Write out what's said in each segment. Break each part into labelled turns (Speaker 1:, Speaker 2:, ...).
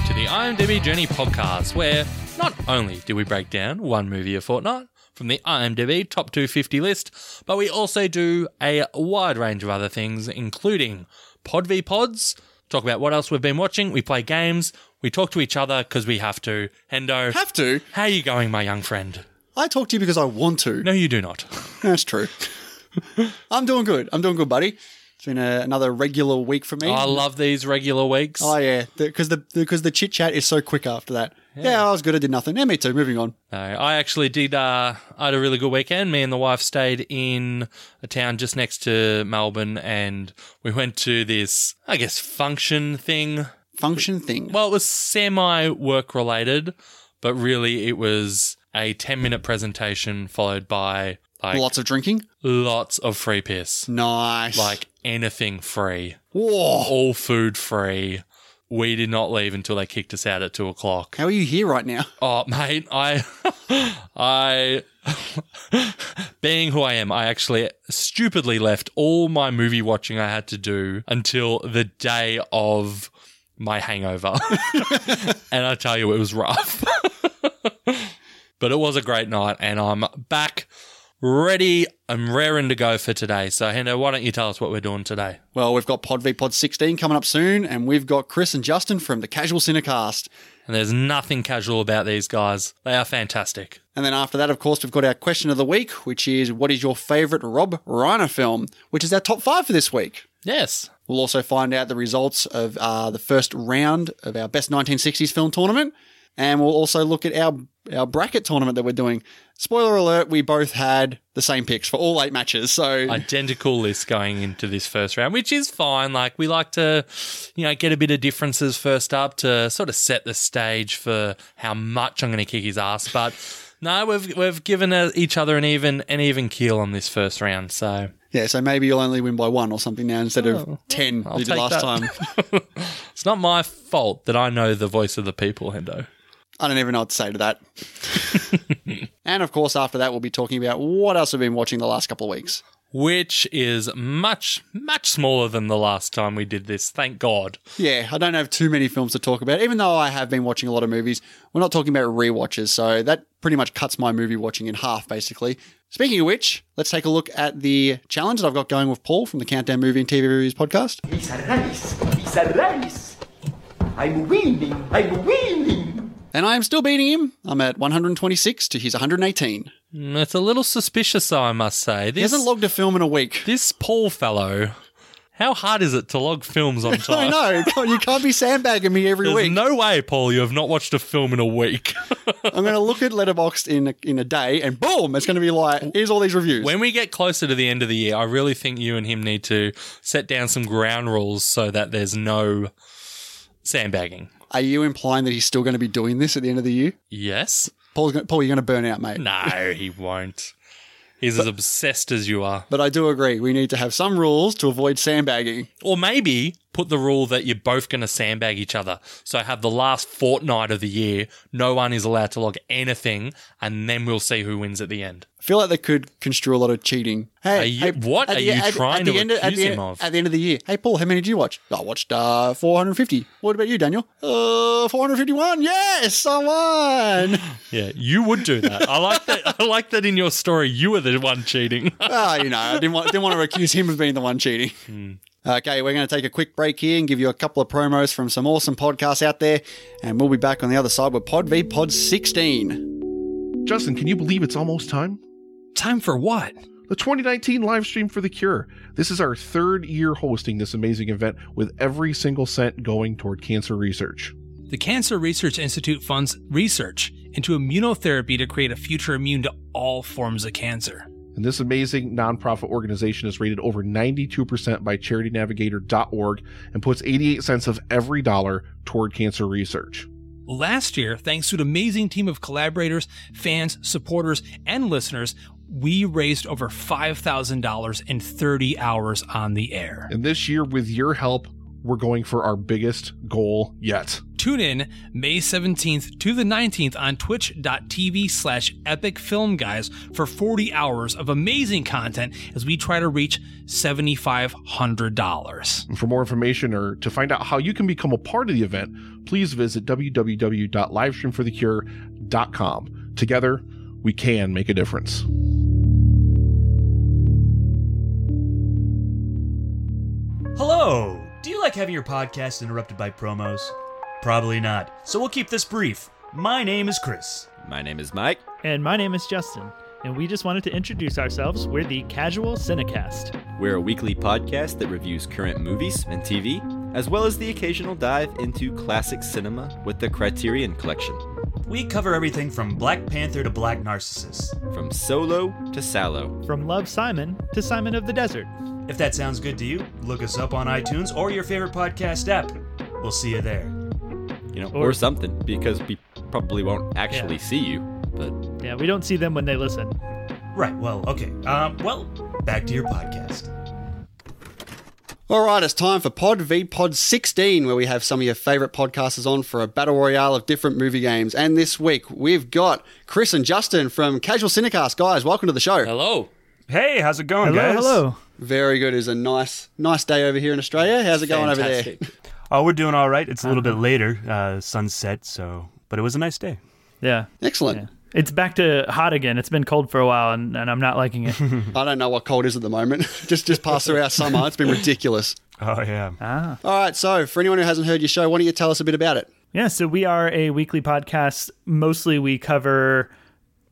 Speaker 1: IMDb Journey podcast, where not only do we break down one movie a fortnight from the IMDb Top 250 list, but we also do a wide range of other things, including Pod v Pods, talk about what else we've been watching, we play games, we talk to each other because we have to. Hendo,
Speaker 2: Have to.
Speaker 1: how you going, my young friend?
Speaker 2: I talk to you because I want to.
Speaker 1: No, you do not.
Speaker 2: That's true. I'm doing good. I'm doing good, buddy. It's been a, another regular week for me.
Speaker 1: I love these regular weeks.
Speaker 2: oh yeah, because the because the chit chat is so quick after that. Yeah. I was good. I did nothing. Yeah, me too. Moving on.
Speaker 1: No, I actually did. Uh, I had a really good weekend. Me and the wife stayed in a town just next to Melbourne, and we went to this, I guess, function thing.
Speaker 2: Function thing.
Speaker 1: Well, it was semi work related, but really it was a ten minute presentation followed by like
Speaker 2: Lots of drinking.
Speaker 1: lots of free piss,
Speaker 2: Nice.
Speaker 1: like anything free,
Speaker 2: whoa.
Speaker 1: all food free. We did not leave until they kicked us out at two o'clock.
Speaker 2: How are you here right now?
Speaker 1: Oh, mate, I, I, being who I am, I actually stupidly left all my movie watching I had to do until the day of my hangover. and I tell you, it was rough. but it was a great night, and I'm back, ready, I'm raring to go for today. So, Hendo, why don't you tell us what we're doing today?
Speaker 2: Well, we've got Pod V Pod 16 coming up soon, and we've got Chris and Justin from the Casual Cinecast.
Speaker 1: And there's nothing casual about these guys, they are fantastic.
Speaker 2: And then after that, of course, we've got our question of the week, which is what is your favourite Rob Reiner film? Which is our top five for this week.
Speaker 1: Yes.
Speaker 2: We'll also find out the results of uh, the first round of our best 1960s film tournament, and we'll also look at our our bracket tournament that we're doing. Spoiler alert: we both had the same picks for all eight matches, so
Speaker 1: identical list going into this first round, which is fine. Like we like to, you know, get a bit of differences first up to sort of set the stage for how much I'm going to kick his ass. But no, we've we've given uh, each other an even an even keel on this first round. So
Speaker 2: yeah. So maybe you'll only win by one or something now instead of 10 you did
Speaker 1: Oh, take that.
Speaker 2: last time.
Speaker 1: it's not my fault that I know the voice of the people, Hendo.
Speaker 2: I don't even know what to say to that. and of course, after that, we'll be talking about what else we've been watching the last couple of weeks.
Speaker 1: Which is much, much smaller than the last time we did this. Thank God.
Speaker 2: Yeah, I don't have too many films to talk about. Even though I have been watching a lot of movies, we're not talking about rewatches, so that pretty much cuts my movie watching in half, basically. Speaking of which, let's take a look at the challenge that I've got going with Paul from the Countdown Movie and TV Reviews podcast.
Speaker 3: It's a race. It's a race. I'm winning. I'm winning.
Speaker 2: And I am still beating him. I'm at 126 to his 118.
Speaker 1: Mm, It's a little suspicious, I must say.
Speaker 2: He
Speaker 1: This
Speaker 2: hasn't logged a film in a week.
Speaker 1: This Paul fellow, how hard is it to log films on time?
Speaker 2: I know. God, you can't be sandbagging me every
Speaker 1: There's
Speaker 2: week.
Speaker 1: no way, Paul, you have not watched a film in a week.
Speaker 2: I'm going to look at Letterboxd in a, in a day, and boom, it's going to be like, here's all these reviews.
Speaker 1: when we get closer to the end of the year, I really think you and him need to set down some ground rules so that there's no sandbagging.
Speaker 2: Are you implying that he's still going to be doing this at the end of the year?
Speaker 1: Yes?
Speaker 2: Paul's gonna, Paul, you're going to burn out, mate.
Speaker 1: No, he won't. He's as obsessed as you are.
Speaker 2: But I do agree, we need to have some rules to avoid sandbagging.
Speaker 1: Or maybe put the rule that you're both going to sandbag each other. So have the last fortnight of the year, no one is allowed to log anything, and then we'll see who wins at the end.
Speaker 2: I feel like that could construe a lot of cheating. Hey,
Speaker 1: Are you-
Speaker 2: hey,
Speaker 1: what
Speaker 2: at
Speaker 1: are
Speaker 2: the-
Speaker 1: you
Speaker 2: e- at-
Speaker 1: trying
Speaker 2: at the
Speaker 1: to
Speaker 2: end of- at
Speaker 1: accuse
Speaker 2: the-
Speaker 1: him of?
Speaker 2: At the end of the year, hey Paul, how many did you watch? I watched uh, 450. What about you, Daniel? Uh, 451. Yes, I won.
Speaker 1: Yeah, you would do that. I like that. I like that in your story, you were the one cheating.
Speaker 2: Ah, you know, I didn't want, didn't want to accuse him of being the one cheating.
Speaker 1: Hmm.
Speaker 2: Okay, we're going to take a quick break here and give you a couple of promos from some awesome podcasts out there, and we'll be back on the other side with Pod V Pod 16.
Speaker 4: Justin, can you believe it's almost time?
Speaker 1: Time for what?
Speaker 4: The 2019 live stream for The Cure. This is our third year hosting this amazing event with every single cent going toward cancer research.
Speaker 5: The Cancer Research Institute funds research into immunotherapy to create a future immune to all forms of cancer.
Speaker 4: And this amazing nonprofit organization is rated over 92% by charitynavigator.org and puts 88 cents of every dollar toward cancer research.
Speaker 5: Last year, thanks to an amazing team of collaborators, fans, supporters, and listeners, we raised over $5,000 in 30 hours on the air.
Speaker 4: And this year, with your help, we're going for our biggest goal yet.
Speaker 5: $2 Tune in May 17th to the 19th on twitch.tv slash epic film guys for 40 hours of amazing content as we try to reach $7,500.
Speaker 4: For more information or to find out how you can become a part of the event, please visit www.livestreamforthecure.com. Together, we can make a difference.
Speaker 6: Hello! Do you like having your podcast interrupted by promos? Probably not, so we'll keep this brief. My name is Chris.
Speaker 7: My name is Mike.
Speaker 8: And my name is Justin, and we just wanted to introduce ourselves. We're the Casual Cinecast.
Speaker 7: We're a weekly podcast that reviews current movies and TV, as well as the occasional dive into classic cinema with the Criterion Collection,
Speaker 6: We cover everything from Black Panther to Black Narcissus.
Speaker 7: from solo to sallow.
Speaker 8: From Love Simon to Simon of the Desert.
Speaker 6: If that sounds good to you, look us up on iTunes or your favorite podcast app. We'll see you there.
Speaker 7: You know,
Speaker 8: Or-
Speaker 7: or, something, because we probably won't actually see you, but
Speaker 8: Yeah, we don't see them when they listen.
Speaker 6: Right, well, okay. Um, well, back to your podcast.
Speaker 2: All right, it's time for Pod v Pod 16, where we have some of your favorite podcasters on for a battle royale of different movie games. And this week we've got Chris and Justin from Casual Cinecast. Guys, welcome to the show.
Speaker 1: Hello.
Speaker 9: Hey, how's it going,
Speaker 8: Hello,
Speaker 9: guys?
Speaker 8: hello.
Speaker 2: Very good. It was a nice, nice day over here in Australia. How's it going over there?
Speaker 1: Fantastic.
Speaker 9: Oh, we're doing all right.
Speaker 6: It's a little
Speaker 8: Uh-huh.
Speaker 6: bit later, uh, sunset, so. But it was a nice day.
Speaker 8: Yeah.
Speaker 2: Excellent.
Speaker 8: It's back to hot again. It's been cold for a while, and, and I'm not liking it.
Speaker 2: I don't know what cold is at the moment. just just past through our summer. It's been ridiculous.
Speaker 9: Oh, yeah.
Speaker 2: All right, so for anyone who hasn't heard your show, why don't you tell us a bit about it?
Speaker 8: Yeah, so we are a weekly podcast. Mostly we cover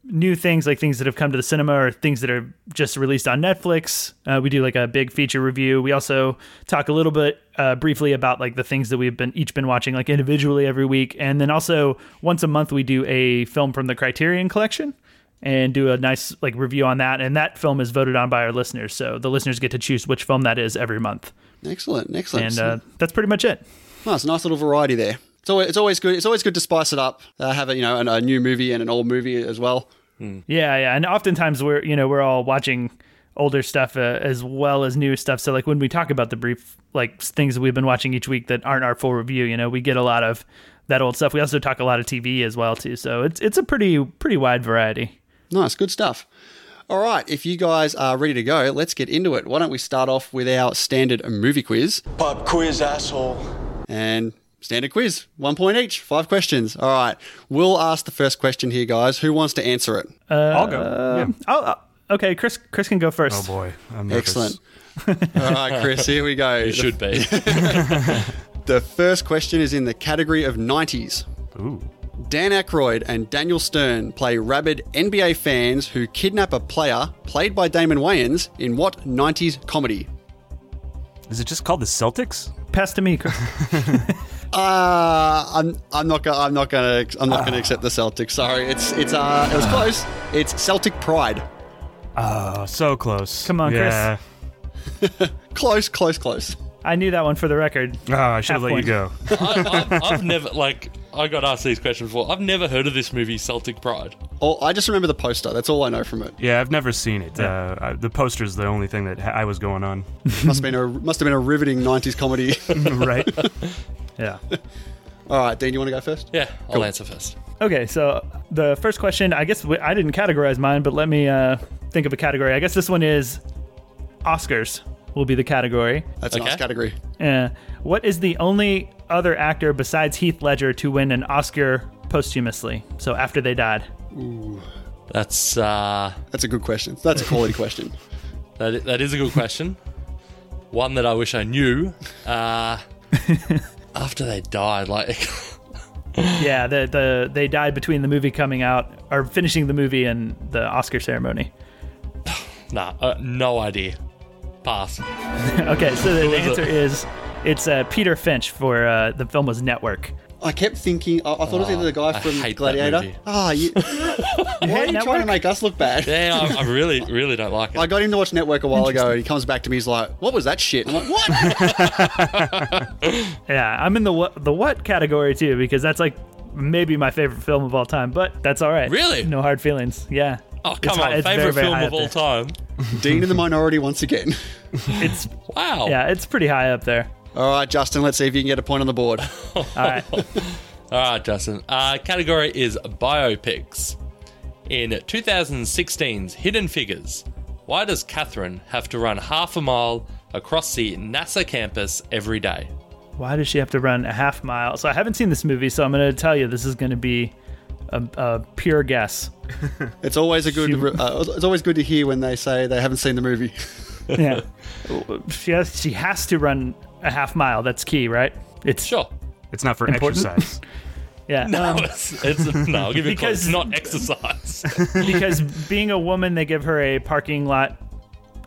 Speaker 8: new things like things that have come to the cinema or things that are just released on Netflix. Uh, we do like a big feature review. We also talk a little bit uh, briefly about like the things that we've been each been watching like individually every week. And then also once a month we do a film from the Criterion collection and do a nice like review on that. And that film is voted on by our listeners. So the listeners get to choose which film that is every month.
Speaker 2: Excellent, excellent.
Speaker 8: And uh, that's pretty much it.
Speaker 2: Nice, nice little variety there. It's always, it's always good. It's always good to spice it up. Uh, have a you know an, a new movie and an old movie as well.
Speaker 8: Yeah, yeah, and oftentimes we're you know we're all watching older stuff uh, as well as new stuff. So like when we talk about the brief like s- things that we've been watching each week that aren't our full review, you know, we get a lot of that old stuff. We also talk a lot of TV as well too. So it's it's a pretty pretty wide variety.
Speaker 2: Nice, good stuff. All right, if you guys are ready to go, let's get into it. Why don't we start off with our standard movie quiz
Speaker 3: Pop quiz, asshole.
Speaker 2: and standard quiz, one point each, five questions. All right, we'll ask the first question here, guys. Who wants to answer it?
Speaker 9: I'll go. Yeah.
Speaker 8: Oh, uh, okay, Chris Chris can go first.
Speaker 9: Oh, boy. I'm nervous.
Speaker 2: Excellent. All right, Chris, here we go.
Speaker 1: It should be.
Speaker 2: The first question is in the category of 90s.
Speaker 9: Ooh.
Speaker 2: Dan Aykroyd and Daniel Stern play rabid NBA fans who kidnap a player played by Damon Wayans in what 90s comedy?
Speaker 9: Is it just called the Celtics?
Speaker 8: Pass to me. Chris.
Speaker 2: Uh, I'm I'm not gonna I'm not gonna I'm not
Speaker 1: Ah.
Speaker 2: gonna accept the Celtics. Sorry, it's it's uh it was close. It's Celtic Pride.
Speaker 9: Oh, so close.
Speaker 8: Come on, Chris.
Speaker 9: yeah.
Speaker 2: Close, close, close.
Speaker 8: I knew that one for the record.
Speaker 9: Oh, I should have
Speaker 8: Half
Speaker 9: let
Speaker 8: point.
Speaker 9: you go.
Speaker 1: I, I've, I've never like I got asked these questions before. I've never heard of this movie, Celtic Pride.
Speaker 2: Oh, I just remember the poster. That's all I know from it.
Speaker 9: Yeah, I've never seen it. Uh, I, the poster's the only thing that ha- I was going on.
Speaker 2: Must have been a must have been a riveting 90s comedy.
Speaker 9: right?
Speaker 8: Yeah.
Speaker 2: all right, Dean, you want to go first?
Speaker 1: Yeah, I'll answer first.
Speaker 8: Okay, so the first question, I guess we, I didn't categorize mine, but let me uh, think of a category. I guess this one is Oscars will be the category.
Speaker 2: That's a nice
Speaker 1: Okay.
Speaker 2: category.
Speaker 8: Uh, what is the only other actor besides Heath Ledger to win an Oscar posthumously? So after they died.
Speaker 1: That's uh,
Speaker 2: That's a good question. That's a quality question.
Speaker 1: that. i- That is a good question. One that I wish I knew. Uh, after they died, like
Speaker 8: Yeah, the, the they died between the movie coming out or finishing the movie and the Oscar ceremony.
Speaker 1: nah, uh, no idea. Pass.
Speaker 8: Okay, so the, the
Speaker 1: was it?
Speaker 8: answer is it's uh, Peter Finch for uh, the film was Network.
Speaker 2: I kept thinking, I, I thought it was either the guy
Speaker 1: Oh, I
Speaker 2: from
Speaker 1: hate that
Speaker 2: Gladiator.
Speaker 1: movie.
Speaker 2: Ah, you, why are you trying
Speaker 8: Network?
Speaker 2: to make us look bad?
Speaker 1: Yeah, I, I really, really don't like it.
Speaker 2: I got him to watch Network a while ago, and he comes back to me. He's like, "What was that shit?" I'm like, "What?"
Speaker 8: Yeah, I'm in the what, the what category too because that's like maybe my favorite film of all time. But that's all right.
Speaker 1: Really?
Speaker 8: No hard feelings. Yeah.
Speaker 1: oh
Speaker 8: It's
Speaker 1: come on,
Speaker 8: high- it's very,
Speaker 1: favorite
Speaker 8: very
Speaker 1: film
Speaker 8: high
Speaker 1: of
Speaker 8: up
Speaker 1: all
Speaker 8: there.
Speaker 1: time.
Speaker 2: Dean in the minority once again.
Speaker 8: It's
Speaker 1: Wow.
Speaker 8: yeah, it's pretty high up there.
Speaker 1: Oh.
Speaker 2: All right, Justin, let's see if you can get a point on the board.
Speaker 8: All right.
Speaker 1: All right, Justin. Our category is biopics. In 2016's Hidden Figures, why does Catherine have to run half a mile across the NASA campus every day?
Speaker 8: Why does she have to run a half mile? So I haven't seen this movie, so I'm going to tell you this is going to be a, a pure guess.
Speaker 2: It's always a good. Uh, it's always good to hear when they say they haven't seen the movie.
Speaker 8: Yeah, she has she has to run a half mile. That's key, right? It's
Speaker 1: Sure.
Speaker 9: It's not for
Speaker 8: Important?
Speaker 9: exercise.
Speaker 8: yeah.
Speaker 1: No, it's, it's no. I'll give you because
Speaker 8: Because-
Speaker 1: it's not exercise.
Speaker 8: because being a woman, they give her a parking lot,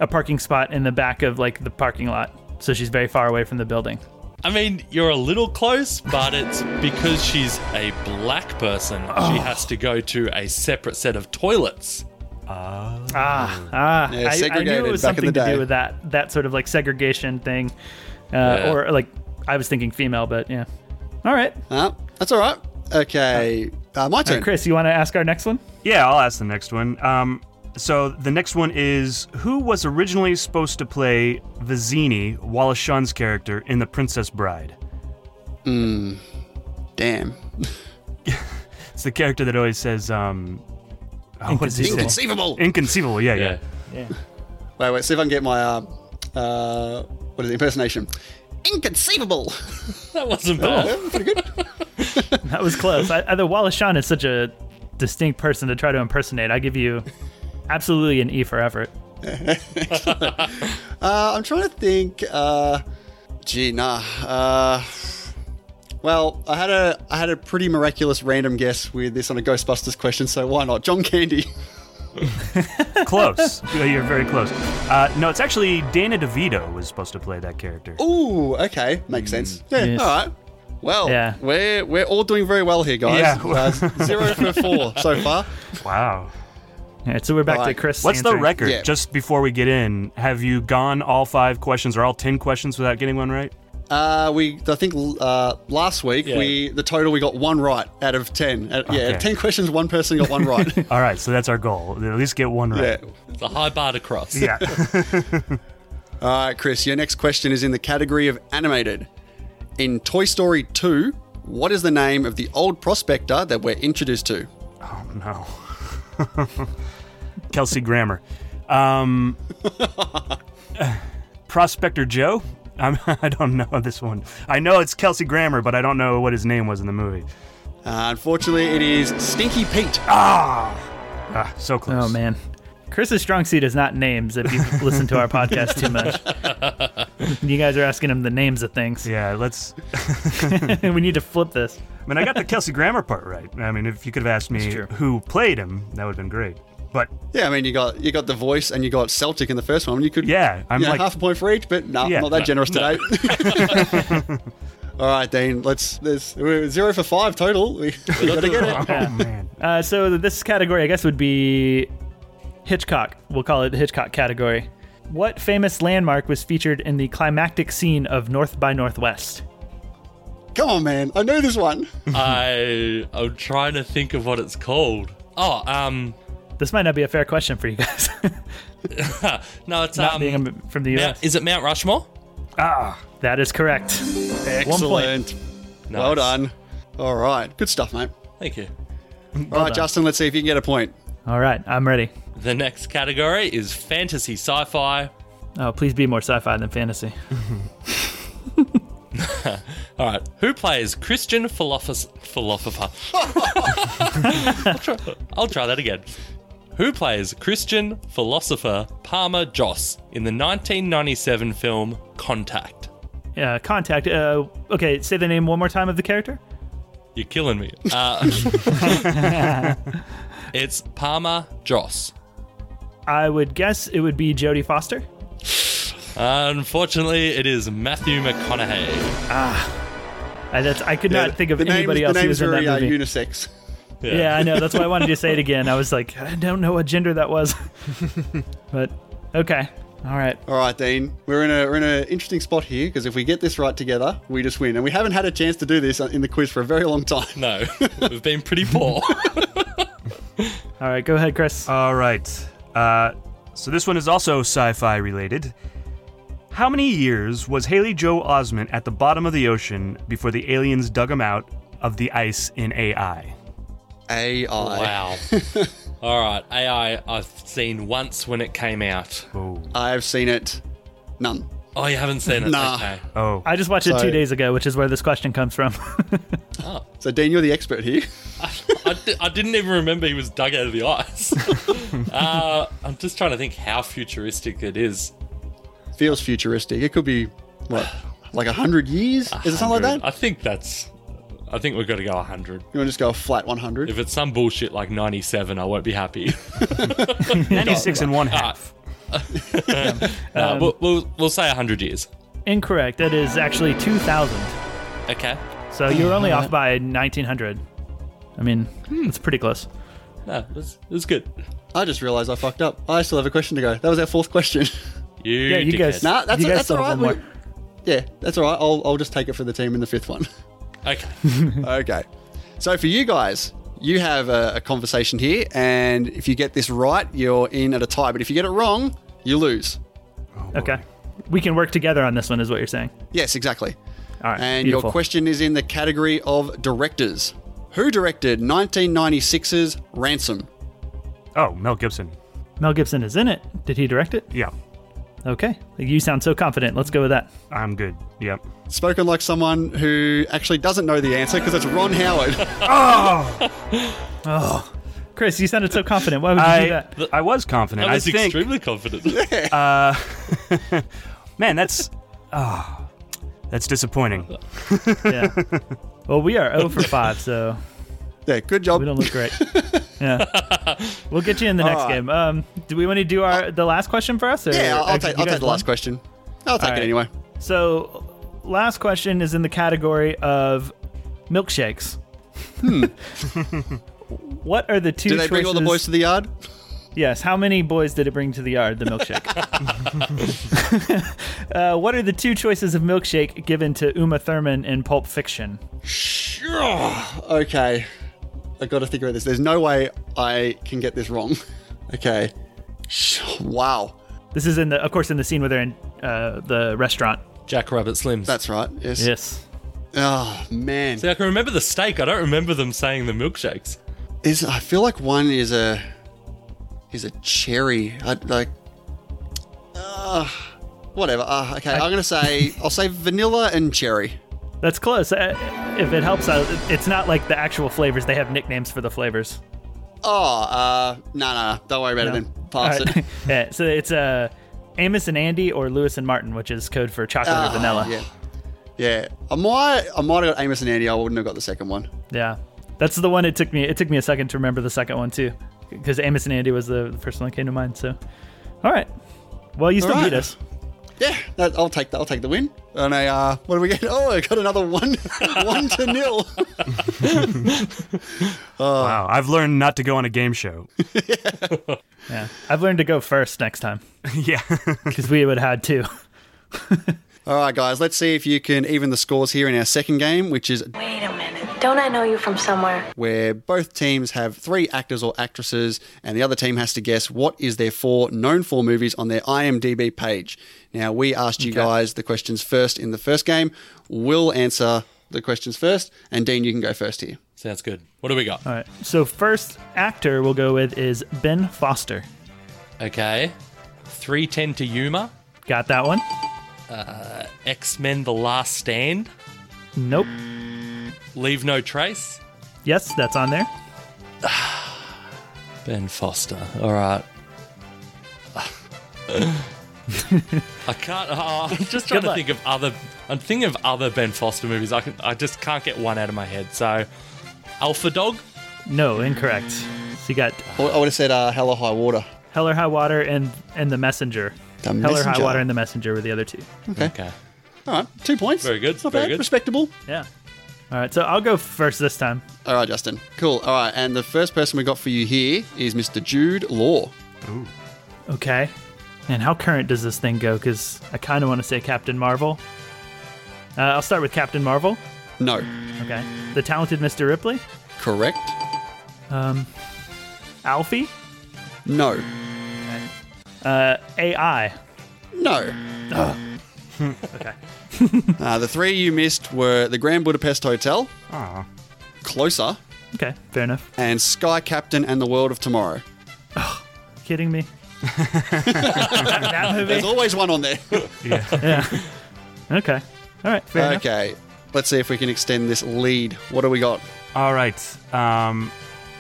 Speaker 8: a parking spot in the back of like the parking lot, so she's very far away from the building.
Speaker 1: I mean, you're a little close, but it's because she's a black person. She has to go to a separate set of toilets.
Speaker 8: Ah, ah,
Speaker 2: Mm. Yeah,
Speaker 8: I- I, knew
Speaker 2: segregated
Speaker 8: it was
Speaker 2: back in
Speaker 8: something
Speaker 2: the
Speaker 8: to
Speaker 2: day.
Speaker 8: do with that that sort of like segregation thing, uh,
Speaker 1: Yeah.
Speaker 8: or like I was thinking female, but yeah. All right,
Speaker 2: Uh, that's all right. Okay, uh, my turn.
Speaker 8: Chris, you want to ask our next one?
Speaker 9: yeah, I'll ask the next one. Um, so the next one is who was originally supposed to play Vizini, Wallace Shawn's character in The Princess Bride?
Speaker 2: Damn,
Speaker 9: It's the character that always says, um, oh, what does he say?
Speaker 2: inconceivable.
Speaker 9: Inconceivable, yeah, yeah.
Speaker 1: Yeah.
Speaker 2: Wait, wait. See if I can get my uh, uh, what is it, impersonation? Inconceivable. Uh,
Speaker 1: That wasn't bad.
Speaker 2: Pretty good.
Speaker 8: That was close. I, I, the Wallace Shawn is such a distinct person to try to impersonate. I give you absolutely an E for effort.
Speaker 2: Uh, I'm trying to think. Uh, gee, nah. Uh, well, I had a I had a pretty miraculous random guess with this on a Ghostbusters question, so why not John Candy?
Speaker 9: Close. Yeah, You're very close. Uh, no, it's actually Dana DeVito was supposed to play that character.
Speaker 2: Ooh, okay,
Speaker 9: Hmm.
Speaker 2: makes sense. Yeah,
Speaker 8: Yes.
Speaker 2: all right. Well,
Speaker 8: Yeah.
Speaker 2: we're we're all doing very well here, guys.
Speaker 9: Yeah.
Speaker 2: Uh, zero for four so far.
Speaker 9: Wow.
Speaker 8: All right, so we're back
Speaker 2: All
Speaker 8: to
Speaker 2: right.
Speaker 8: Chris.
Speaker 9: What's the
Speaker 8: answering.
Speaker 9: record?
Speaker 2: Yeah.
Speaker 9: Just before we get in, have you gone all five questions or all ten questions without getting one right?
Speaker 2: Uh, we I think uh, last week
Speaker 1: Yeah.
Speaker 2: we the total we got one right out of ten. Uh, Yeah,
Speaker 9: Okay.
Speaker 2: ten questions, one person got one right.
Speaker 9: All right, so that's our goal. At least get one
Speaker 2: yeah.
Speaker 9: right.
Speaker 1: It's a high bar to cross.
Speaker 9: Yeah.
Speaker 2: All right, Chris, your next question is in the category of animated. In Toy Story 2, what is the name of the old prospector that we're introduced to?
Speaker 9: no. Kelsey Grammer. Um, Prospector Joe? I'm, I don't know this one. I know it's Kelsey Grammer, but I don't know what his name was in the movie.
Speaker 2: Uh, unfortunately, it is Stinky Pete.
Speaker 9: Ah, so close.
Speaker 8: Oh man, Chris's strong suit is not names. If you listen to our podcast too much, you guys are asking him the names of things.
Speaker 9: Yeah, let's.
Speaker 8: we need to flip this.
Speaker 9: I mean, I got the Kelsey Grammer part right. I mean, if you could have asked me
Speaker 8: true.
Speaker 9: who played him, that would have been great. But
Speaker 2: Yeah, I mean, you got you got the voice and you got Celtic in the first one. You could
Speaker 9: yeah, I'm
Speaker 2: you know,
Speaker 9: like,
Speaker 2: half a point for each, but no,
Speaker 9: Yeah.
Speaker 2: not that generous today. All right, Dean. Let's. There's we're zero for five total. We, we got to get it.
Speaker 9: oh man,
Speaker 8: Uh, so this category, I guess, would be Hitchcock. We'll call it the Hitchcock category. What famous landmark was featured in the climactic scene of North by Northwest?
Speaker 2: Come on, man. I know this one.
Speaker 1: I I'm trying to think of what it's called. Oh, um,
Speaker 8: This might not be a fair question for you guys,
Speaker 1: no, it's
Speaker 8: not
Speaker 1: um,
Speaker 8: being a- from the
Speaker 1: Mount-
Speaker 8: U.S.
Speaker 1: is it Mount Rushmore?
Speaker 8: that is correct.
Speaker 2: Excellent. Well
Speaker 1: Nice.
Speaker 2: done. All right. Good stuff, mate.
Speaker 1: Thank you.
Speaker 2: All right, Justin. Let's see if you can get a point.
Speaker 8: All right, I'm ready.
Speaker 1: The next category is fantasy sci-fi.
Speaker 8: Oh, please be more sci-fi than fantasy.
Speaker 1: All right, who plays Christian Philosopher? Philosopher. I'll try that again. Who plays Christian philosopher Palmer Joss in the 1997 film Contact?
Speaker 8: Uh, contact. Uh, okay, say the name one more time of the character.
Speaker 1: You're killing me. Uh, it's Palmer Joss.
Speaker 8: I would guess it would be Jodie Foster.
Speaker 1: Unfortunately, it is Matthew McConaughey.
Speaker 8: I, that's, I could not think of
Speaker 2: the names-
Speaker 8: anybody
Speaker 2: the
Speaker 8: else who
Speaker 2: names
Speaker 8: was in
Speaker 2: are
Speaker 8: that
Speaker 2: uh,
Speaker 8: movie.
Speaker 2: unisex.
Speaker 8: Yeah, I know. That's why I wanted you to say it again. I was like, I don't know what gender that was. but okay. All right.
Speaker 2: All right, Dean. We're in a we're in an interesting spot here because if we get this right together, we just win. And we haven't had a chance to do this in the quiz for a very long time.
Speaker 1: No, we've been pretty poor.
Speaker 8: All right. Go ahead, Chris.
Speaker 9: All right. Uh, so this one is also sci-fi related. How many years was Haley Joe Osment at the bottom of the ocean before the aliens dug him out, of the ice in AI.
Speaker 2: AI.
Speaker 1: Wow. All right, AI. I've seen once when it came out.
Speaker 2: I've seen it. None.
Speaker 1: Oh, you haven't seen it?
Speaker 2: Nah.
Speaker 1: Okay.
Speaker 9: Oh,
Speaker 8: I just watched it
Speaker 2: So-
Speaker 8: two days ago, which is where this question comes from.
Speaker 2: So, Dean, you're the expert here.
Speaker 1: I, di- I didn't even remember he was dug out of the ice. uh, I'm just trying to think how futuristic it is.
Speaker 2: Feels futuristic. It could be, what, like 100 years? Is it something like that?
Speaker 1: I think that's. I think we've got to go 100.
Speaker 2: You want to just go a flat 100?
Speaker 1: If it's some bullshit like 97, I won't be happy.
Speaker 9: 96 and one half.
Speaker 1: Uh,
Speaker 2: Um,
Speaker 1: we'll, we'll, we'll say 100 years.
Speaker 8: Incorrect. That is actually 2000.
Speaker 1: Okay.
Speaker 8: So you were only off by 1900. I mean, it's Hmm, pretty close.
Speaker 1: No, that's, that's good.
Speaker 2: I just realized I fucked up. I still have a question to go. That was our fourth question.
Speaker 1: You
Speaker 8: Yeah, you
Speaker 1: dickhead.
Speaker 8: guys.
Speaker 2: nah, that's,
Speaker 8: you guys
Speaker 2: that's
Speaker 8: still
Speaker 2: all
Speaker 8: have
Speaker 2: right.
Speaker 8: one
Speaker 2: We-
Speaker 8: more.
Speaker 2: Yeah, that's all right. I'll, I'll just take it for the team in the fifth one.
Speaker 1: Okay.
Speaker 2: okay. So, for you guys, you have a, a conversation here, and if you get this right, you're in at a tie. But if you get it wrong, you lose.
Speaker 8: Okay. We can work together on this one, is what you're saying.
Speaker 2: Yes, exactly.
Speaker 8: All right.
Speaker 2: And
Speaker 8: beautiful.
Speaker 2: your question is in the category of directors. Who directed 1996's Ransom?
Speaker 9: Oh, Mel Gibson.
Speaker 8: Mel Gibson is in it. Did he direct it?
Speaker 9: Yeah,
Speaker 8: Okay. You sound so confident. Let's go with that.
Speaker 9: I'm good. Yep.
Speaker 2: Spoken like someone who actually doesn't know the answer because it's Ron Howard.
Speaker 8: Chris, you sounded so confident. Why would you do
Speaker 9: I
Speaker 8: that?
Speaker 9: I was confident.
Speaker 1: I was
Speaker 9: I think.
Speaker 1: extremely confident.
Speaker 9: Man, that's ah, that's disappointing.
Speaker 8: Yeah. Well, we are 0 for 5, so
Speaker 2: yeah, good job.
Speaker 8: we don't look great. Yeah. We'll get you in the next
Speaker 2: right.
Speaker 8: game. Um, do we want to do our the last question for us? Or,
Speaker 2: yeah, I'll,
Speaker 8: or
Speaker 2: I'll
Speaker 8: did
Speaker 2: take,
Speaker 8: you
Speaker 2: I'll
Speaker 8: guys
Speaker 2: take the
Speaker 8: want-
Speaker 2: last question. I'll take
Speaker 8: right.
Speaker 2: it anyway.
Speaker 8: So, last question is in the category of milkshakes. what are the two?
Speaker 2: Do they Hmm. bring all the
Speaker 8: choices-
Speaker 2: boys to the yard?
Speaker 8: Yes. How many boys did it bring to the yard? The milkshake. uh, what are the two choices of milkshake given to Uma Thurman in Pulp Fiction?
Speaker 2: Okay. I got to think about this. There's no way I can get this wrong. Okay. Wow.
Speaker 8: This is in the, of course, in the scene where they're in uh, the restaurant.
Speaker 1: Jack Rabbit Slims.
Speaker 2: That's right. Yes.
Speaker 8: Yes.
Speaker 2: Oh, man.
Speaker 1: See, I can remember the steak. I don't remember them saying the milkshakes.
Speaker 2: Is I feel like one is a is a cherry. I like uh, whatever. Uh, okay, I, am gonna say I'll say vanilla and cherry.
Speaker 8: That's close. Uh, if it helps, uh, it's not like the actual flavors. They have nicknames for the flavors.
Speaker 2: Oh, uh, no, no, no. Don't worry about it. Then pass
Speaker 8: All right.
Speaker 2: it.
Speaker 8: yeah, so it's uh, Amos and Andy or Lewis and Martin, which is code for chocolate
Speaker 2: Ah,
Speaker 8: or vanilla.
Speaker 2: Yeah, yeah. I might I might have got Amos and Andy. I wouldn't have got the second one.
Speaker 8: Yeah. That's the one it took me it took me a second to remember the second one too. Because Amos and Andy was the, the first one that came to mind, so all right. Well you still
Speaker 2: All right.
Speaker 8: beat us.
Speaker 2: Yeah, that, I'll take that. I'll take the win. And I, uh, what do we get? Oh, I got another one, one to nil.
Speaker 9: Wow, I've learned not to go on a game show.
Speaker 8: Yeah. I've learned to go first next time.
Speaker 9: yeah.
Speaker 8: Because we would have had two.
Speaker 2: All right, guys. Let's see if you can even the scores here in our second game, which is
Speaker 10: Wait a minute. Don't I know you from somewhere?
Speaker 2: where both teams have three actors or actresses, and the other team has to guess what is their four known for movies on their IMDb page. Now, we asked you guys the questions first in the first game. We'll answer the questions first, and Dean, you can go first here.
Speaker 1: Sounds good. What do we got?
Speaker 8: All right. So first actor we'll go with is Ben Foster.
Speaker 1: Okay. 310 to Yuma.
Speaker 8: Got that one?
Speaker 1: X Men The Last Stand.
Speaker 8: Nope.
Speaker 1: Leave No Trace.
Speaker 8: Yes, that's on there.
Speaker 1: Ben Foster. All right. I can't. Oh, I'm just trying
Speaker 8: Good
Speaker 1: to
Speaker 8: luck.
Speaker 1: think of other. I'm thinking of other Ben Foster movies. I can. I just can't get one out of my head. So, Alpha Dog.
Speaker 8: No, incorrect. So you got
Speaker 2: I would have said uh, Hella High Water.
Speaker 8: Hell or High Water and and the Messenger.
Speaker 2: The
Speaker 8: Hell or High
Speaker 2: Messenger.
Speaker 8: Water and the Messenger were the other two.
Speaker 1: Okay.
Speaker 2: All right, two points.
Speaker 1: Very good,
Speaker 2: It's Not
Speaker 1: very
Speaker 2: bad.
Speaker 1: good.
Speaker 2: Respectable.
Speaker 8: Yeah. All right, so I'll go first this time.
Speaker 2: All right, Justin. Cool. All right, and the first person we got for you here is Mr. Jude Law.
Speaker 8: Okay. And how current does this thing go? Because I kind of want to say Captain Marvel. Uh, I'll start with Captain Marvel.
Speaker 2: No.
Speaker 8: Okay. The Talented Mr. Ripley. Um,
Speaker 2: Correct.
Speaker 8: Alfie.
Speaker 2: No.
Speaker 8: Uh, AI.
Speaker 2: No. okay. uh, the three you missed were the Grand Budapest Hotel, Closer,
Speaker 8: Okay, fair enough.
Speaker 2: and Sky Captain and the World of Tomorrow.
Speaker 8: Kidding me? that
Speaker 2: There's
Speaker 8: movie?
Speaker 2: always one on there.
Speaker 8: Okay. All right, fair enough.
Speaker 2: okay, let's see if we can extend this lead. What do we got?
Speaker 9: All right. Um,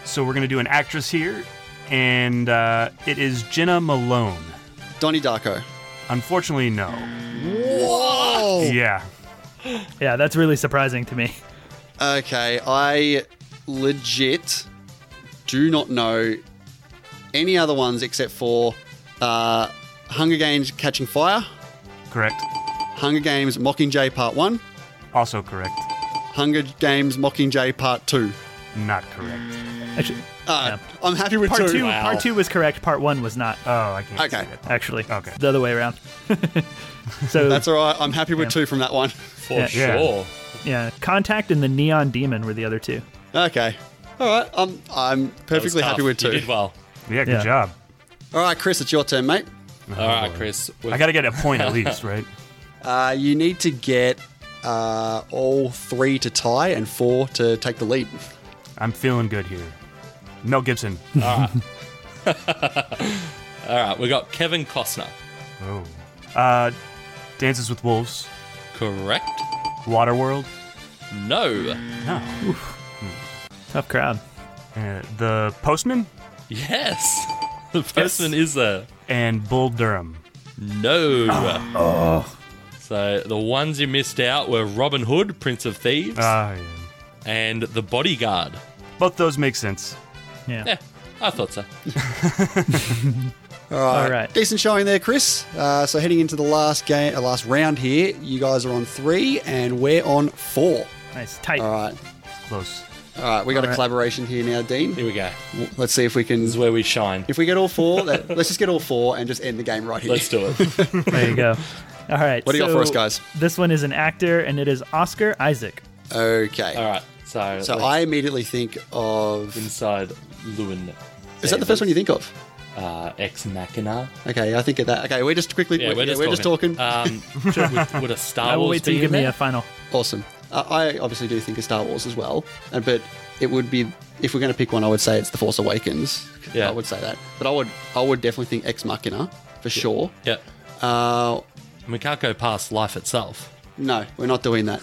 Speaker 9: so we're going to do an actress here, and uh, it is Jenna Malone.
Speaker 2: Donnie Darko.
Speaker 9: Unfortunately, no.
Speaker 2: Whoa!
Speaker 9: Yeah.
Speaker 8: Yeah, that's really surprising to me.
Speaker 2: Okay, I legit do not know any other ones except for uh, Hunger Games Catching Fire,
Speaker 9: Correct.
Speaker 2: Hunger Games Mockingjay Part 1,
Speaker 9: Also correct.
Speaker 2: Hunger Games Mockingjay Part 2.
Speaker 9: Not correct.
Speaker 8: Actually,
Speaker 2: Uh, I'm happy with
Speaker 8: part
Speaker 2: two.
Speaker 8: two, part two was correct. Part one was not.
Speaker 9: Oh, I can't.
Speaker 2: Okay.
Speaker 9: see that.
Speaker 8: Actually,
Speaker 9: Okay.
Speaker 8: the other way around. so
Speaker 2: That's all right. I'm happy with two from that one.
Speaker 1: For
Speaker 8: Yeah.
Speaker 9: Yeah.
Speaker 1: sure.
Speaker 8: yeah, Contact and the Neon Demon were the other two.
Speaker 2: Okay. All right. I'm I'm
Speaker 1: That was
Speaker 2: perfectly happy
Speaker 1: tough.
Speaker 2: with
Speaker 1: You
Speaker 2: two.
Speaker 1: did well.
Speaker 9: Yeah, good
Speaker 8: Yeah.
Speaker 9: job.
Speaker 2: All right, Chris, it's your turn, mate.
Speaker 1: All right, Chris.
Speaker 9: I got to get a point at least, right?
Speaker 2: Uh, you need to get uh, all three to tie and four to take the lead.
Speaker 9: I'm feeling good here. Mel Gibson.
Speaker 1: All right, we got Kevin Costner.
Speaker 9: Oh. Uh, Dances with Wolves.
Speaker 1: Correct?
Speaker 9: Waterworld.
Speaker 1: No.
Speaker 9: No.
Speaker 8: Tough crowd.
Speaker 9: Uh, the Postman
Speaker 1: Yes. The person is there.
Speaker 9: and Bull Durham.
Speaker 1: No. Oh.
Speaker 2: Ah.
Speaker 1: So the ones you missed out were Robin Hood, Prince of Thieves,
Speaker 9: Ah, yeah.
Speaker 1: and The Bodyguard.
Speaker 9: Both those make sense.
Speaker 8: Yeah.
Speaker 1: Yeah, I thought so.
Speaker 8: All right.
Speaker 2: Decent showing there, Chris. Uh, so heading into the last game, uh, last round here, you guys are on three and we're on four.
Speaker 8: Nice. Tight.
Speaker 2: All right.
Speaker 9: Close.
Speaker 2: All right. We got a collaboration here now, Dean.
Speaker 1: Here we go.
Speaker 2: Let's see if we can.
Speaker 1: This is where we shine.
Speaker 2: If we get all four, that, let's just get all four and just end the game right here.
Speaker 1: Let's do it.
Speaker 8: There you go. All right.
Speaker 2: What do you got
Speaker 8: so
Speaker 2: for us, guys?
Speaker 8: This one is an actor, and it is Oscar Isaac.
Speaker 2: Okay.
Speaker 1: All right. So,
Speaker 2: So
Speaker 1: let's
Speaker 2: I immediately think of.
Speaker 1: inside Lewin.
Speaker 2: Is that the first one you think of?
Speaker 1: Uh, ex Machina.
Speaker 2: Okay, I think of that. Okay, we're just quickly. we're, yeah, we're just talking.
Speaker 1: Um, would, would a Star
Speaker 8: I will
Speaker 1: Wars
Speaker 8: wait till
Speaker 1: be
Speaker 8: you give
Speaker 1: in
Speaker 8: me
Speaker 1: there?
Speaker 8: a final.
Speaker 2: awesome. Uh, I obviously do think of Star Wars as well, uh, but it would be if we're going to pick one, I would say it's The Force Awakens.
Speaker 1: Yeah.
Speaker 2: I would say that. But I would, I would definitely think Ex Machina for sure.
Speaker 1: Yeah.
Speaker 2: Uh,
Speaker 1: And we can't go past life itself.
Speaker 2: no, we're not doing that.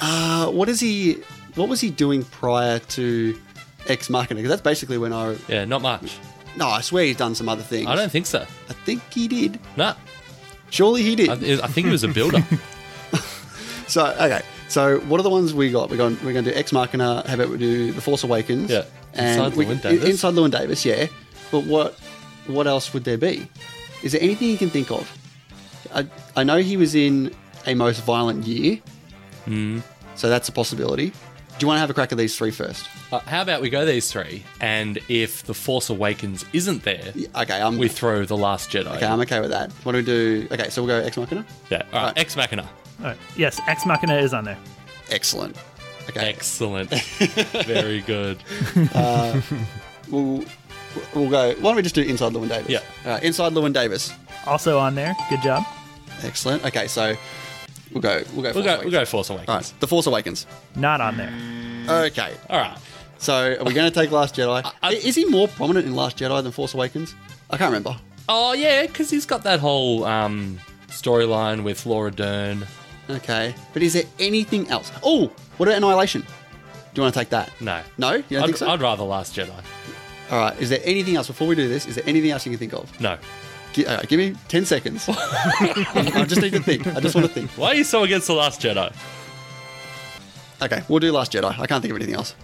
Speaker 2: uh, what is he? What was he doing prior to Ex Machina? Because that's basically when I.
Speaker 1: Yeah, not much.
Speaker 2: No, I swear he's done some other things.
Speaker 1: I don't think so.
Speaker 2: I think he did.
Speaker 1: No.
Speaker 2: Surely he did.
Speaker 1: I, I think it was a builder.
Speaker 2: So okay. So what are the ones we got? We're going we're going to do Ex Machina. How about we do The Force Awakens?
Speaker 1: Yeah.
Speaker 2: And
Speaker 1: Inside
Speaker 2: we-
Speaker 1: Llewyn Davis?
Speaker 2: in- Inside Lewin Davis, yeah. But what what else would there be? Is there anything you can think of? I I know he was in a most violent year.
Speaker 1: Hmm.
Speaker 2: So that's a possibility. Do you want to have a crack at these three first?
Speaker 1: Uh, how about we go these three, and if the Force Awakens isn't there,
Speaker 2: Okay, I'm
Speaker 1: we throw the Last Jedi.
Speaker 2: okay. I'm okay with that. What do we do? Okay, so we'll go Ex Machina.
Speaker 1: yeah. All right.
Speaker 2: Right.
Speaker 1: Ex Machina.
Speaker 8: All right. Yes, Ex Machina is on there.
Speaker 2: Excellent. Okay,
Speaker 1: Excellent. Very good.
Speaker 2: we'll we'll go. Why don't we just do Inside Lewin Davis?
Speaker 1: Yeah.
Speaker 2: All right, Inside Lewin Davis.
Speaker 8: Also on there. Good job.
Speaker 2: Excellent. Okay, so we'll go. We'll
Speaker 1: We'll
Speaker 2: go. Force
Speaker 1: go.
Speaker 2: Awakens.
Speaker 1: We'll go Force Awakens.
Speaker 2: All right, The Force Awakens.
Speaker 8: Not on there.
Speaker 1: Mm.
Speaker 2: Okay,
Speaker 1: All right.
Speaker 2: so are we going to take Last Jedi? Is he more prominent in Last Jedi than Force Awakens? I can't remember.
Speaker 1: Oh yeah, because he's got that whole um, storyline with Laura Dern.
Speaker 2: Okay, but is there anything else? Oh, what about Annihilation? Do you want to take that?
Speaker 1: No.
Speaker 2: No, you don't
Speaker 1: I'd,
Speaker 2: think so.
Speaker 1: I'd rather Last Jedi.
Speaker 2: All right. Is there anything else before we do this? Is there anything else you can think of?
Speaker 1: No.
Speaker 2: Gi- all right, give me ten seconds. I just need to think. I just want to think.
Speaker 1: Why are you so against the Last Jedi?
Speaker 2: Okay, we'll do Last Jedi. I can't think of anything else.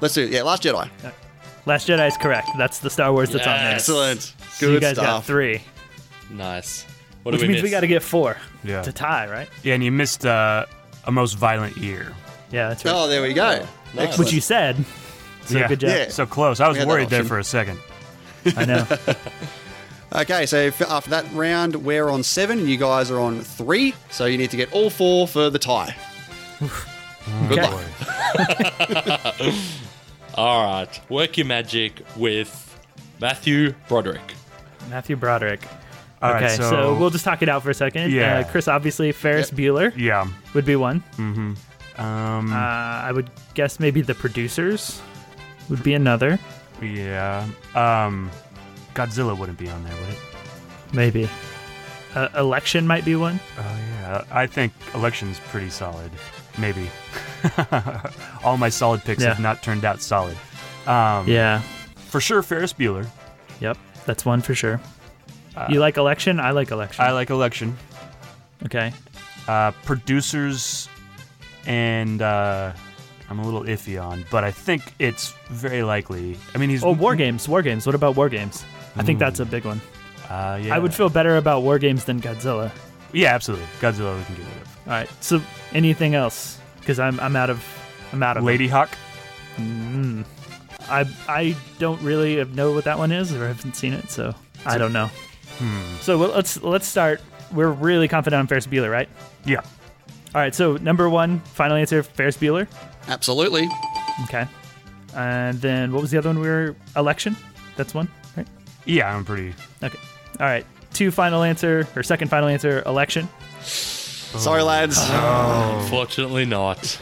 Speaker 2: Let's do it. Yeah, Last Jedi.
Speaker 8: Last Jedi is correct. That's the Star Wars that's on there.
Speaker 1: Yes.
Speaker 2: Excellent. Good
Speaker 8: So you guys
Speaker 2: stuff.
Speaker 8: got three,
Speaker 1: Nice. What
Speaker 8: which
Speaker 1: do we
Speaker 8: means
Speaker 1: miss?
Speaker 8: we got to get four
Speaker 9: Yeah.
Speaker 8: to tie, right?
Speaker 9: Yeah, and you missed uh, a most violent year.
Speaker 8: Yeah, that's right.
Speaker 2: Oh, there we go.
Speaker 1: Nice.
Speaker 2: Excellent.
Speaker 8: Which you said. So
Speaker 9: yeah.
Speaker 8: good job.
Speaker 2: Yeah.
Speaker 9: So close. I was
Speaker 2: Eh. We had that
Speaker 9: worried there
Speaker 2: option.
Speaker 9: for a second.
Speaker 8: I know.
Speaker 2: Okay, so f- after that round, we're on seven, and you guys are on three. So you need to get all four for the tie. Good
Speaker 8: Okay.
Speaker 2: luck.
Speaker 1: All right. Work your magic with Matthew Broderick.
Speaker 8: Matthew Broderick.
Speaker 9: All right,
Speaker 8: okay,
Speaker 9: so,
Speaker 8: we'll just talk it out for a second.
Speaker 9: Yeah.
Speaker 8: Uh, Chris, obviously, Ferris
Speaker 2: Yep.
Speaker 8: Bueller
Speaker 9: yeah.
Speaker 8: would be one.
Speaker 9: Um,
Speaker 8: Uh, I would guess maybe the producers would be another.
Speaker 9: yeah. Um, Godzilla wouldn't be on there, would it?
Speaker 8: Maybe. Uh, election might be one.
Speaker 9: Oh yeah, I think election's pretty solid. Maybe. All my solid picks have
Speaker 8: Yeah.
Speaker 9: not turned out solid. Um,
Speaker 8: Yeah.
Speaker 9: For sure, Ferris Bueller.
Speaker 8: Yep. That's one for sure. you like election? I like election.
Speaker 9: Uh, I like election.
Speaker 8: okay.
Speaker 9: Uh, producers, and uh, I'm a little iffy on, but I think it's very likely. I mean, he's.
Speaker 8: Oh, war games. War games. What about war games? I think that's a big one.
Speaker 9: uh, yeah.
Speaker 8: I would feel better about war games than Godzilla. All
Speaker 9: Yeah, absolutely. Godzilla, we can get rid of.
Speaker 8: right. So anything else? Because I'm I'm out of I'm out of 'em.
Speaker 9: Lady Hawk.
Speaker 8: I I don't really know what that one is or haven't seen it, so I don't know. So well, let's let's start. We're really confident on Ferris Bueller, right?
Speaker 9: Yeah.
Speaker 8: All right. So number one, final answer, Ferris Bueller.
Speaker 2: Absolutely.
Speaker 8: Okay. And then what was the other one we were election? That's one, right?
Speaker 9: Yeah, I'm pretty.
Speaker 8: Okay. All right. Two final answer or second final answer election.
Speaker 2: Sorry, lads.
Speaker 1: Unfortunately, not.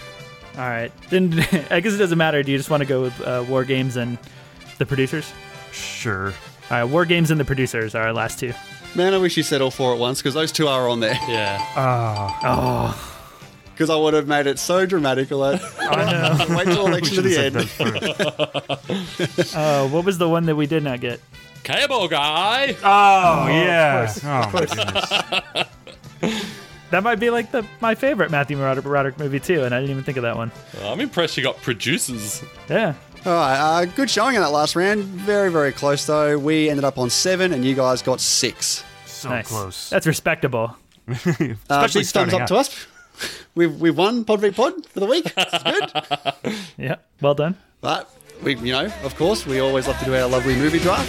Speaker 8: All right. Then I guess it doesn't matter. Do you just want to go with uh, War Games and the producers?
Speaker 9: Sure.
Speaker 8: All right. War Games and the producers are our last two.
Speaker 2: Man, I wish you said all four at once because those two are on there. Oh.
Speaker 1: Yeah.
Speaker 9: Ah.
Speaker 2: Because I would have made it so dramatic. Like, I know. Wait till election to the
Speaker 9: Should've
Speaker 2: end.
Speaker 9: said that first.
Speaker 8: Uh, what was the one that we did not get?
Speaker 1: Cable guy.
Speaker 9: oh, yeah. Oh, my goodness.
Speaker 8: That might be like the my favorite Matthew Roderick, Roderick movie too, and I didn't even think of that one.
Speaker 1: I'm impressed you got producers.
Speaker 8: Yeah.
Speaker 2: All right, uh, good showing in that last round. Very, very close though. We ended up on seven, and you guys got six.
Speaker 9: So
Speaker 8: nice.
Speaker 9: Oh, close.
Speaker 8: That's respectable.
Speaker 2: Uh,
Speaker 9: Especially
Speaker 2: big thumbs
Speaker 9: starting
Speaker 2: up
Speaker 9: out.
Speaker 2: to us. We've we've won Pod v Pod for the week. It's good,
Speaker 8: Yeah. Well done.
Speaker 2: but we, you know, of course, we always love to do our lovely movie draft.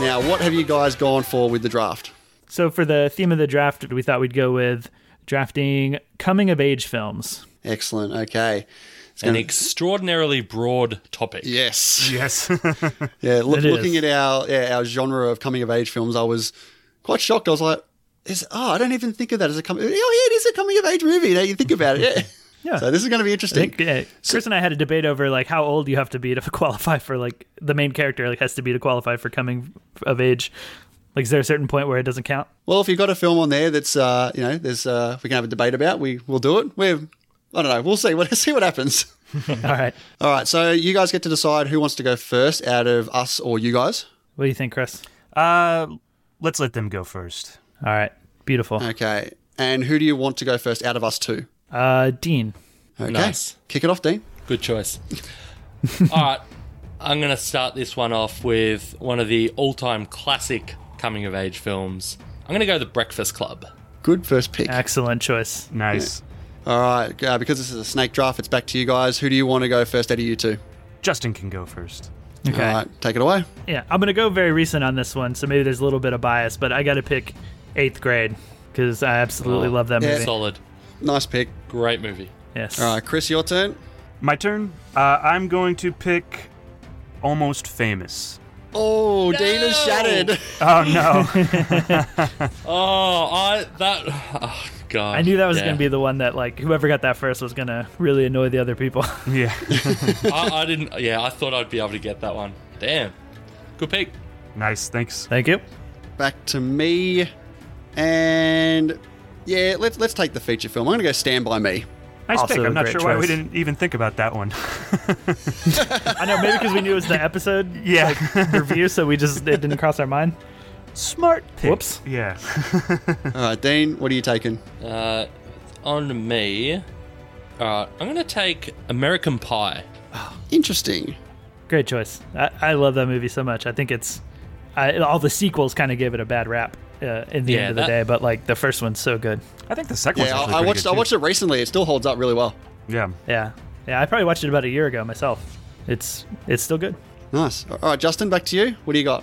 Speaker 2: Now, what have you guys gone for with the draft?
Speaker 8: So for the theme of the draft, we thought we'd go with drafting coming of age films.
Speaker 2: Excellent. Okay. It's
Speaker 1: An
Speaker 2: gonna-
Speaker 1: extraordinarily broad topic.
Speaker 2: yes.
Speaker 9: Yes.
Speaker 2: Yeah, loo-
Speaker 8: It is.
Speaker 2: looking at our yeah, our genre of coming of age films, I was quite shocked. I was like, "Is oh, I don't even think of that as a coming. Oh, yeah, it is a coming of age movie. Now you think about it, yeah."
Speaker 8: Yeah.
Speaker 2: So this is going to be
Speaker 8: I
Speaker 2: interesting.
Speaker 8: think yeah, Chris and I had a debate over like how old you have to be to qualify for like the main character like has to be to qualify for coming of age. Like, is there a certain point where it doesn't count?
Speaker 2: Well, if you've got a film on there that's uh, you know, there's uh, we can have a debate about. We we'll do it. We're I don't know. We'll see. What see what happens.
Speaker 8: All right.
Speaker 2: All right. So you guys get to decide who wants to go first out of us or you guys.
Speaker 8: What do you think, Chris?
Speaker 9: uh, let's let them go first.
Speaker 8: All right. Beautiful.
Speaker 2: Okay. And who do you want to go first out of us two?
Speaker 8: Uh, Dean.
Speaker 2: Okay.
Speaker 1: Nice.
Speaker 2: Kick it off, Dean.
Speaker 1: Good choice. All right. I'm going to start this one off with one of the all time classic coming of age films. I'm going to go The Breakfast Club.
Speaker 2: Good first pick.
Speaker 8: Excellent choice.
Speaker 9: Nice.
Speaker 2: All right. Uh, because this is a snake draft, it's back to you guys. Who do you want to go first out of you two?
Speaker 9: Justin can go first.
Speaker 8: Okay.
Speaker 2: All right, take it away.
Speaker 8: Yeah, I'm gonna go very recent on this one, so maybe there's a little bit of bias, but I gotta pick eighth grade because I absolutely
Speaker 1: Oh,
Speaker 8: love that
Speaker 2: yeah.
Speaker 8: movie.
Speaker 1: Solid.
Speaker 2: Nice pick.
Speaker 1: Great movie.
Speaker 8: Yes.
Speaker 2: All right, Chris, your turn.
Speaker 9: My turn. Uh, I'm going to pick Almost Famous.
Speaker 2: Oh, Dean is shattered.
Speaker 9: Oh, no.
Speaker 1: Oh, I. That. Oh, God.
Speaker 8: I knew that was
Speaker 1: Yeah.
Speaker 8: gonna be the one that like whoever got that first was gonna really annoy the other people.
Speaker 2: Mm-hmm.
Speaker 9: yeah.
Speaker 1: I, I didn't. Yeah, I thought I'd be able to get that one. Damn. Good pick.
Speaker 9: Nice. Thanks.
Speaker 8: Thank you.
Speaker 2: Back to me, and yeah, let's let's take the feature film. I'm gonna go Stand by Me.
Speaker 9: Nice
Speaker 8: Also
Speaker 9: pick.
Speaker 8: a
Speaker 9: I'm not
Speaker 8: great
Speaker 9: sure why we
Speaker 8: choice.
Speaker 9: didn't even think about that one.
Speaker 8: I know maybe because we knew it was the episode
Speaker 9: yeah.
Speaker 8: review, so we just it didn't cross our mind.
Speaker 9: Smart pick.
Speaker 8: Whoops.
Speaker 9: Yeah.
Speaker 2: All right, Dean, what are you taking?
Speaker 1: Uh, on me. All right. I'm going to take American Pie.
Speaker 2: Interesting.
Speaker 8: Great choice. I, I love that movie so much. I think it's I, all the sequels kind of gave it a bad rap uh, in the
Speaker 1: Yeah,
Speaker 8: end of the
Speaker 1: that-
Speaker 8: day, but like the first one's so good.
Speaker 9: I think the second
Speaker 2: Yeah,
Speaker 9: one's
Speaker 2: I, I watched I watched it recently. It still holds up really well.
Speaker 9: Yeah.
Speaker 8: Yeah, yeah. I probably watched it about a year ago myself. It's it's still good.
Speaker 2: Nice. All right, Justin, back to you. What do you got?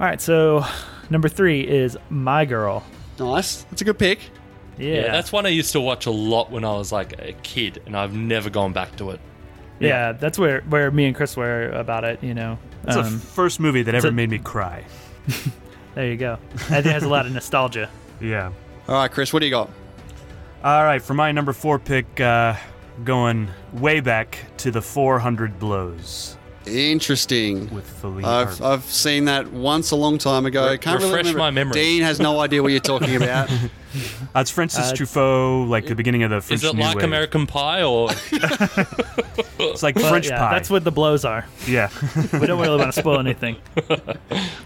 Speaker 8: All right, so number three is My Girl.
Speaker 2: Nice. That's a good pick.
Speaker 8: Yeah,
Speaker 1: Yeah, that's one I used to watch a lot when I was like a kid, and I've never gone back to it.
Speaker 8: yeah, that's where where me and Chris were about it. You know,
Speaker 9: It's the
Speaker 8: Um,
Speaker 9: first movie that ever
Speaker 8: a-
Speaker 9: made me cry.
Speaker 8: there you go. I think it has a lot of nostalgia.
Speaker 9: Yeah.
Speaker 2: All right, Chris, what do you got?
Speaker 9: All right, for my number four pick, uh, going way back to the 400 blows
Speaker 2: Interesting.
Speaker 9: with Philippe.
Speaker 2: I've,
Speaker 9: Harvey.
Speaker 2: I've seen that once a long time ago. Can't really
Speaker 1: refresh
Speaker 2: remember.
Speaker 1: my memory.
Speaker 2: Dean has no idea what you're talking about.
Speaker 9: Uh, it's Francis Truffaut, like the beginning of the French
Speaker 1: Is it
Speaker 9: New
Speaker 1: like
Speaker 9: Wave.
Speaker 1: American Pie or
Speaker 9: It's like French
Speaker 8: yeah,
Speaker 9: pie.
Speaker 8: That's what the blows are.
Speaker 9: yeah.
Speaker 8: We don't really want to spoil anything.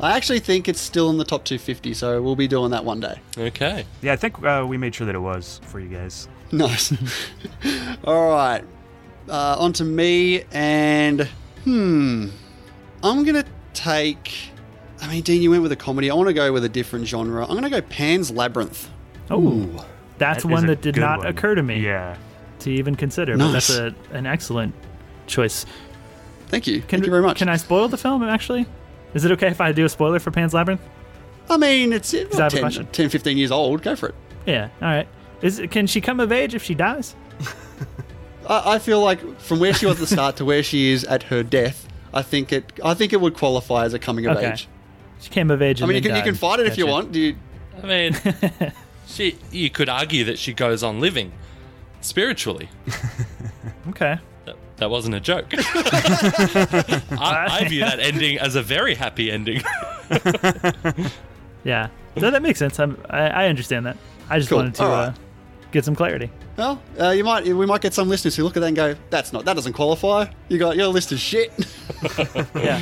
Speaker 2: I actually think it's still in the top 250, so we'll be doing that one day.
Speaker 1: okay?
Speaker 9: yeah, I think uh, we made sure that it was for you guys.
Speaker 2: Nice. All right. Uh, on to me, and hmm, I'm gonna take. I mean, Dean, you went with a comedy. I want to go with a different genre. I'm gonna go Pan's Labyrinth.
Speaker 8: Oh, that's
Speaker 9: That is
Speaker 8: one
Speaker 9: a
Speaker 8: that did
Speaker 9: good
Speaker 8: not
Speaker 9: one.
Speaker 8: occur to me
Speaker 9: Yeah.
Speaker 8: to even consider. But that's a, an excellent choice.
Speaker 2: Thank you.
Speaker 8: Can,
Speaker 2: Thank you very much.
Speaker 8: Can I spoil the film, actually? Is it okay if I do a spoiler for Pan's Labyrinth?
Speaker 2: I mean, it's
Speaker 8: I
Speaker 2: well,
Speaker 8: have a
Speaker 2: 10,
Speaker 8: question?
Speaker 2: 10, 15 years old. Go for it.
Speaker 8: Yeah, all right. Is Can she come of age if she dies?
Speaker 2: I, I feel like from where she was at the start to where she is at her death, I think it. I think it would qualify as a coming of
Speaker 8: Okay.
Speaker 2: age.
Speaker 8: She came of age
Speaker 2: I
Speaker 8: and
Speaker 2: mean, you
Speaker 8: then
Speaker 2: can, you
Speaker 8: died.
Speaker 2: can fight it if you
Speaker 8: Gotcha.
Speaker 2: want. Do you,
Speaker 1: I mean, she, you could argue that she goes on living spiritually.
Speaker 8: Okay.
Speaker 1: That, that wasn't a joke. I, I view that ending as a very happy ending.
Speaker 8: Yeah. No, that makes sense. I'm, I, I understand that. I just
Speaker 2: Cool.
Speaker 8: wanted to
Speaker 2: All right.
Speaker 8: uh, get some clarity.
Speaker 2: Well, uh, you might we might get some listeners who look at that and go, "That's not that doesn't qualify. You got your list is shit."
Speaker 8: Yeah.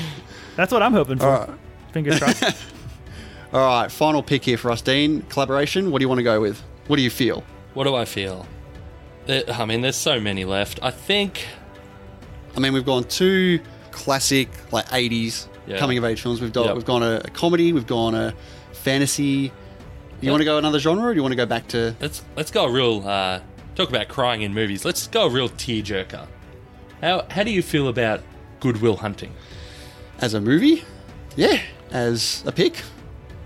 Speaker 8: That's what I'm hoping for. Fingers crossed.
Speaker 2: All right, final pick here for us, Dean. Collaboration. What do you want to go with? What do you feel?
Speaker 1: What do I feel? There- I mean, there's so many left. I think
Speaker 2: I mean, we've gone two classic like '80s
Speaker 1: Yeah.
Speaker 2: coming of age films. We've done
Speaker 1: Yep.
Speaker 2: we've gone a, a comedy. We've gone a fantasy. You want to go another genre? or Do you want to go back to?
Speaker 1: let's let's go a real uh, talk about crying in movies. Let's go a real tearjerker. How how do you feel about Goodwill Hunting?
Speaker 2: as a movie, yeah. As a pick,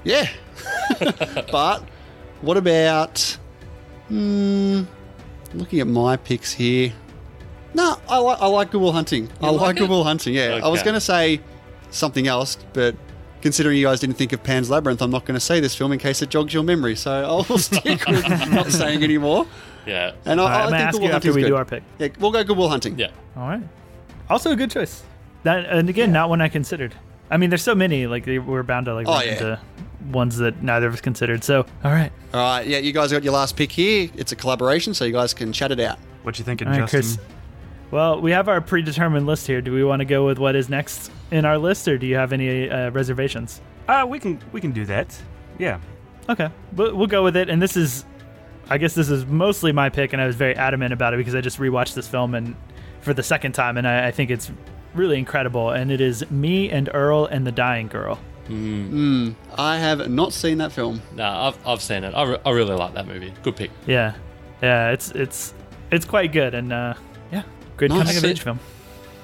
Speaker 2: yeah. but what about? Hmm, looking at my picks here. No, I like I like Good Will Hunting. I like,
Speaker 1: like
Speaker 2: Good
Speaker 1: it?
Speaker 2: Will Hunting. Yeah, I was
Speaker 1: Okay.
Speaker 2: going to say something else, but considering you guys didn't think of Pan's Labyrinth, I'm not going to say this film in case it jogs your memory. So I'll stick with not saying anymore.
Speaker 1: Yeah,
Speaker 2: And I,
Speaker 8: All right,
Speaker 2: I
Speaker 8: I'm going to
Speaker 2: think
Speaker 8: ask
Speaker 2: Good
Speaker 8: you
Speaker 2: Will
Speaker 8: after
Speaker 2: Hunting's
Speaker 8: we
Speaker 2: good.
Speaker 8: do our pick.
Speaker 2: Yeah, we'll go Good Will Hunting.
Speaker 1: yeah.
Speaker 8: All right. Also a good choice. That and again, not one I considered. I mean, there's so many. Like they, we're bound to like
Speaker 2: Oh,
Speaker 8: run
Speaker 2: yeah.
Speaker 8: into ones that neither of us considered. So all right,
Speaker 2: All right. Yeah, you guys got your last pick here. It's a collaboration, so you guys can chat it out.
Speaker 9: What you thinking,
Speaker 8: all right,
Speaker 9: Justin?
Speaker 8: Chris. Well, we have our predetermined list here. Do we want to go with what is next in our list, or do you have any uh, reservations?
Speaker 9: Uh, we can we can do that. Yeah.
Speaker 8: Okay, we'll, we'll go with it. And this is, I guess, this is mostly my pick, and I was very adamant about it because I just rewatched this film and for the second time, and I, I think it's really incredible. And it is me and Earl and the dying girl.
Speaker 2: I have not seen that film.
Speaker 1: Nah, I've I've seen it. I, re- I really like that movie. Good pick.
Speaker 8: Yeah, yeah, it's it's it's quite good, and uh, yeah, good
Speaker 2: Nice.
Speaker 8: coming of age film.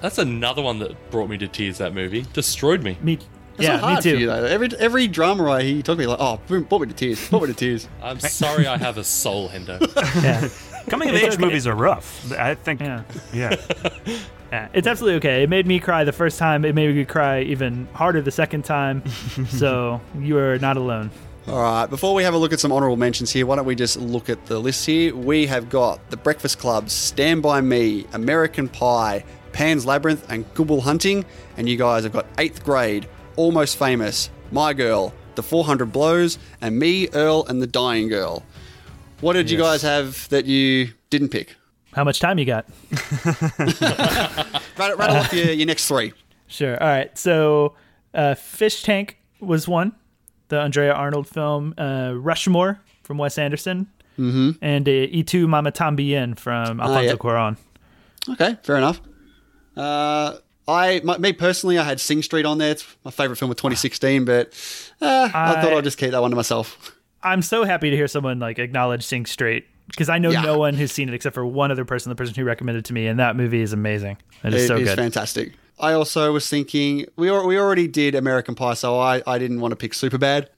Speaker 1: That's another one that brought me to tears. That movie destroyed me.
Speaker 8: Me,
Speaker 2: It's
Speaker 8: yeah,
Speaker 2: not hard
Speaker 8: me too.
Speaker 2: For you, though. Every every drama I hear you talk about, like, oh, boom, brought me to tears, brought me to tears.
Speaker 1: I'm sorry, I have a soul, Hendo.
Speaker 8: Yeah.
Speaker 9: Coming of age movies are rough. I think.
Speaker 8: Yeah.
Speaker 9: yeah.
Speaker 8: yeah, Uh, it's absolutely okay. It made me cry the first time. It made me cry even harder the second time. so you are not alone.
Speaker 2: All right, before we have a look at some honorable mentions here, why don't we just look at the list here? We have got The Breakfast Club, Stand By Me, American Pie, Pan's Labyrinth, and Good Will Hunting. And you guys have got Eighth Grade, Almost Famous, My Girl, The 400 Blows, and Me, Earl, and The Dying Girl. What did you guys have that you didn't pick?
Speaker 8: How much time you got?
Speaker 2: Rattle, rattle off your, your next three.
Speaker 8: Sure. All right. So, uh, Fish Tank was one, the Andrea Arnold film. Uh, Rushmore from Wes Anderson, mm-hmm. and uh, E2 Mama Tambien from Alfonso
Speaker 2: Oh, yeah.
Speaker 8: Cuarón.
Speaker 2: Okay, fair enough. Uh, I, my, me personally, I had Sing Street on there. It's my favorite film of 2016, but uh, I, thought
Speaker 8: I-
Speaker 2: I'd just keep that one to myself.
Speaker 8: I'm so happy to hear someone like acknowledge Sing Straight because I know
Speaker 2: Yeah.
Speaker 8: no one who's seen it except for one other person, the person who recommended it to me, and that movie is amazing. It
Speaker 2: It
Speaker 8: is
Speaker 2: is
Speaker 8: so good.
Speaker 2: fantastic. I also was thinking we al- we already did American Pie, so I, I didn't want to pick Superbad.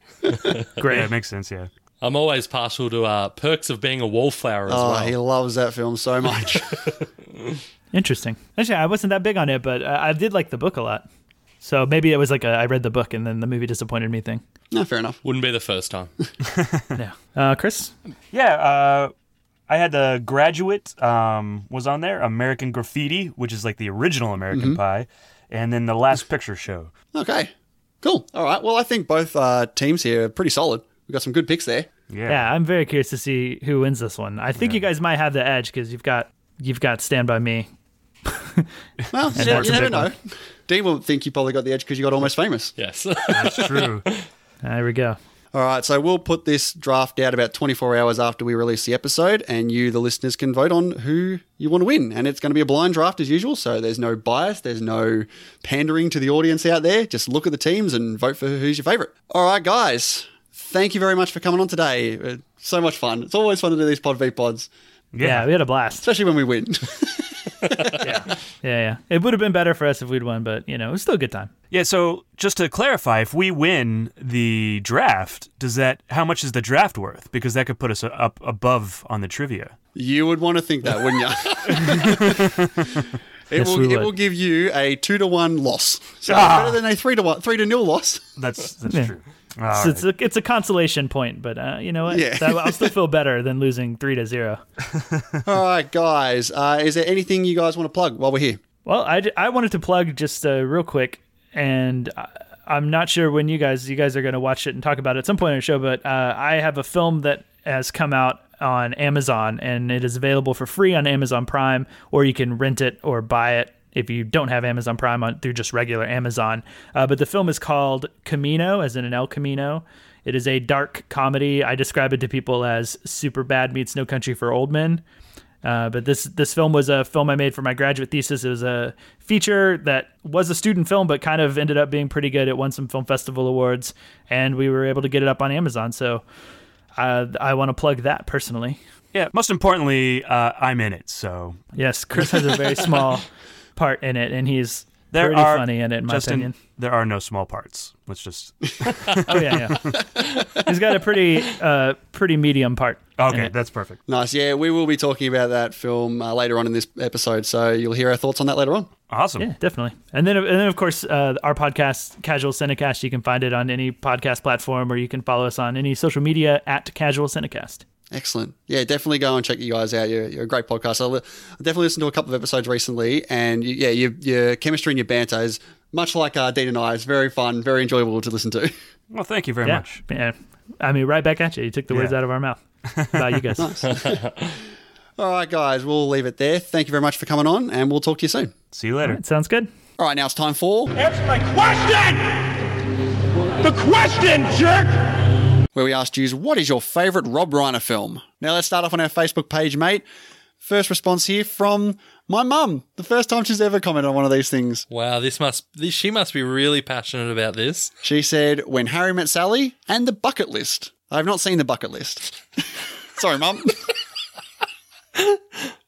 Speaker 8: Great.
Speaker 9: Yeah, it makes sense. Yeah.
Speaker 1: I'm always partial to uh, perks of being a wallflower as
Speaker 2: Oh,
Speaker 1: well.
Speaker 2: he loves that film so much.
Speaker 8: Interesting. Actually, I wasn't that big on it, but uh, I did like the book a lot. So maybe it was like a, I read the book and then the movie disappointed me thing.
Speaker 2: no, fair enough.
Speaker 1: Wouldn't be the first time.
Speaker 8: Uh, Chris,
Speaker 9: Yeah. Uh, I had The Graduate um, was on there, American Graffiti, which is like the original American
Speaker 2: Mm-hmm.
Speaker 9: Pie, and then The Last Picture Show.
Speaker 2: Okay. Cool. All right. Well, I think both uh, teams here are pretty solid. We've got some good picks there.
Speaker 9: Yeah.
Speaker 8: Yeah, I'm very curious to see who wins this one. I think you guys might have the edge because you've got you've got Stand by Me.
Speaker 2: Well, you, never-
Speaker 8: that's
Speaker 2: you
Speaker 8: a
Speaker 2: never
Speaker 8: big
Speaker 2: know. Dean will think you probably got the edge because you got almost famous.
Speaker 1: Yes.
Speaker 9: That's true.
Speaker 8: There we go.
Speaker 2: All right, so we'll put this draft out about 24 hours after we release the episode, and you, the listeners, can vote on who you want to win. And it's going to be a blind draft as usual, so there's no bias, there's no pandering to the audience out there. Just look at the teams and vote for who's your favorite. All right, guys, thank you very much for coming on today. Uh, So much fun. It's always fun to do these pod v pods,
Speaker 8: Yeah. we had a blast.
Speaker 2: especially when we win.
Speaker 8: Yeah, yeah. It would have been better for us if we'd won, but you know, it was still a good time.
Speaker 9: Yeah, so just to clarify, if we win the draft, does that how much is the draft worth? Because that could put us up above on the trivia.
Speaker 2: You would want to think that, wouldn't you? it
Speaker 8: Yes,
Speaker 2: will
Speaker 8: we
Speaker 2: it
Speaker 8: would.
Speaker 2: will give you a two to one loss. So
Speaker 9: Ah.
Speaker 2: better than a three to one three to nil loss.
Speaker 9: That's that's
Speaker 8: Yeah.
Speaker 9: true. All
Speaker 8: So it's a, it's a consolation point, but uh, you know what?
Speaker 2: Yeah.
Speaker 8: That- I'll still feel better than losing three to zero.
Speaker 2: All right, guys. Uh, is there anything you guys want to plug while we're here?
Speaker 8: Well, I, d- I wanted to plug just uh, real quick, and I, I'm not sure when you guys you guys are going to watch it and talk about it at some point in the show, but uh, I have a film that has come out on Amazon, and it is available for free on Amazon Prime, or you can rent it or buy it if you don't have Amazon Prime on through just regular Amazon. Uh, but the film is called Camino, as in an El Camino. It is a dark comedy. I describe it to people as super bad meets No Country for Old Men. Uh, but this this film was a film I made for my graduate thesis. It was a feature that was a student film, but kind of ended up being pretty good. It won some film festival awards, and we were able to get it up on Amazon. So uh, I want to plug that personally.
Speaker 9: Yeah, most importantly, uh, I'm in it, so
Speaker 8: Yes, Chris has a very small part in it, and he's
Speaker 9: there
Speaker 8: pretty
Speaker 9: are
Speaker 8: funny in it, in my
Speaker 9: Justin,
Speaker 8: opinion.
Speaker 9: There are no small parts. Let's just
Speaker 8: Oh yeah, yeah. he's got a pretty uh, pretty medium part. in
Speaker 9: Okay,
Speaker 8: it.
Speaker 9: that's perfect.
Speaker 2: Nice. Yeah, we will be talking about that film uh, later on in this episode, so you'll hear our thoughts on that later on.
Speaker 9: Awesome.
Speaker 8: Yeah, definitely. And then, and then of course, uh, our podcast, Casual Cinecast, you can find it on any podcast platform or you can follow us on any social media at Casual Cinecast.
Speaker 2: Excellent. Yeah, definitely go and check you guys out. You're, you're a great podcast. I li- I definitely listened to a couple of episodes recently, and you, yeah, your, your chemistry and your banter is much like uh, Dean and I. It's very fun, very enjoyable to listen to.
Speaker 9: Well, thank you very
Speaker 8: Yeah.
Speaker 9: much.
Speaker 8: yeah. I mean, right back at you. You took the words
Speaker 9: Yeah.
Speaker 8: out of our mouth. About you guys.
Speaker 2: All right, guys, we'll leave it there. Thank you very much for coming on, and we'll talk to you soon.
Speaker 9: See you later.
Speaker 8: Sounds good.
Speaker 2: All right, now it's time for
Speaker 3: Answer my question! The question, jerk!
Speaker 2: where we asked you, what is your favourite Rob Reiner film? Now let's start off on our Facebook page, mate. First response here from my mum. The first time she's ever commented on one of these things.
Speaker 1: wow, this must this, she must be really passionate about this.
Speaker 2: She said, When Harry Met Sally and The Bucket List. I've not seen The Bucket List. Sorry, mum.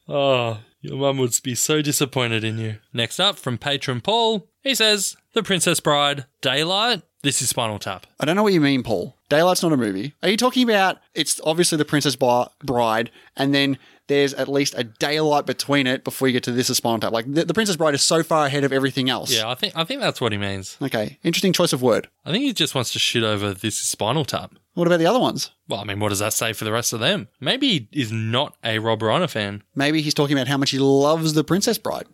Speaker 1: Oh, your mum would be so disappointed in you. Next up from patron Paul, he says, "The Princess Bride, Daylight. This is Spinal Tap.
Speaker 2: I don't know what you mean, Paul. Daylight's not a movie. Are you talking about it's obviously The Princess Bar- Bride, and then there's at least a daylight between it before you get to This is Spinal Tap? Like, the, the Princess Bride is so far ahead of everything else.
Speaker 1: Yeah, I think I think that's what he means.
Speaker 2: Okay, interesting choice of word.
Speaker 1: I think he just wants to shit over this is Spinal Tap.
Speaker 2: What about the other ones?
Speaker 1: Well, I mean, what does that say for the rest of them? Maybe he is not a Rob Reiner fan.
Speaker 2: Maybe he's talking about how much he loves The Princess Bride.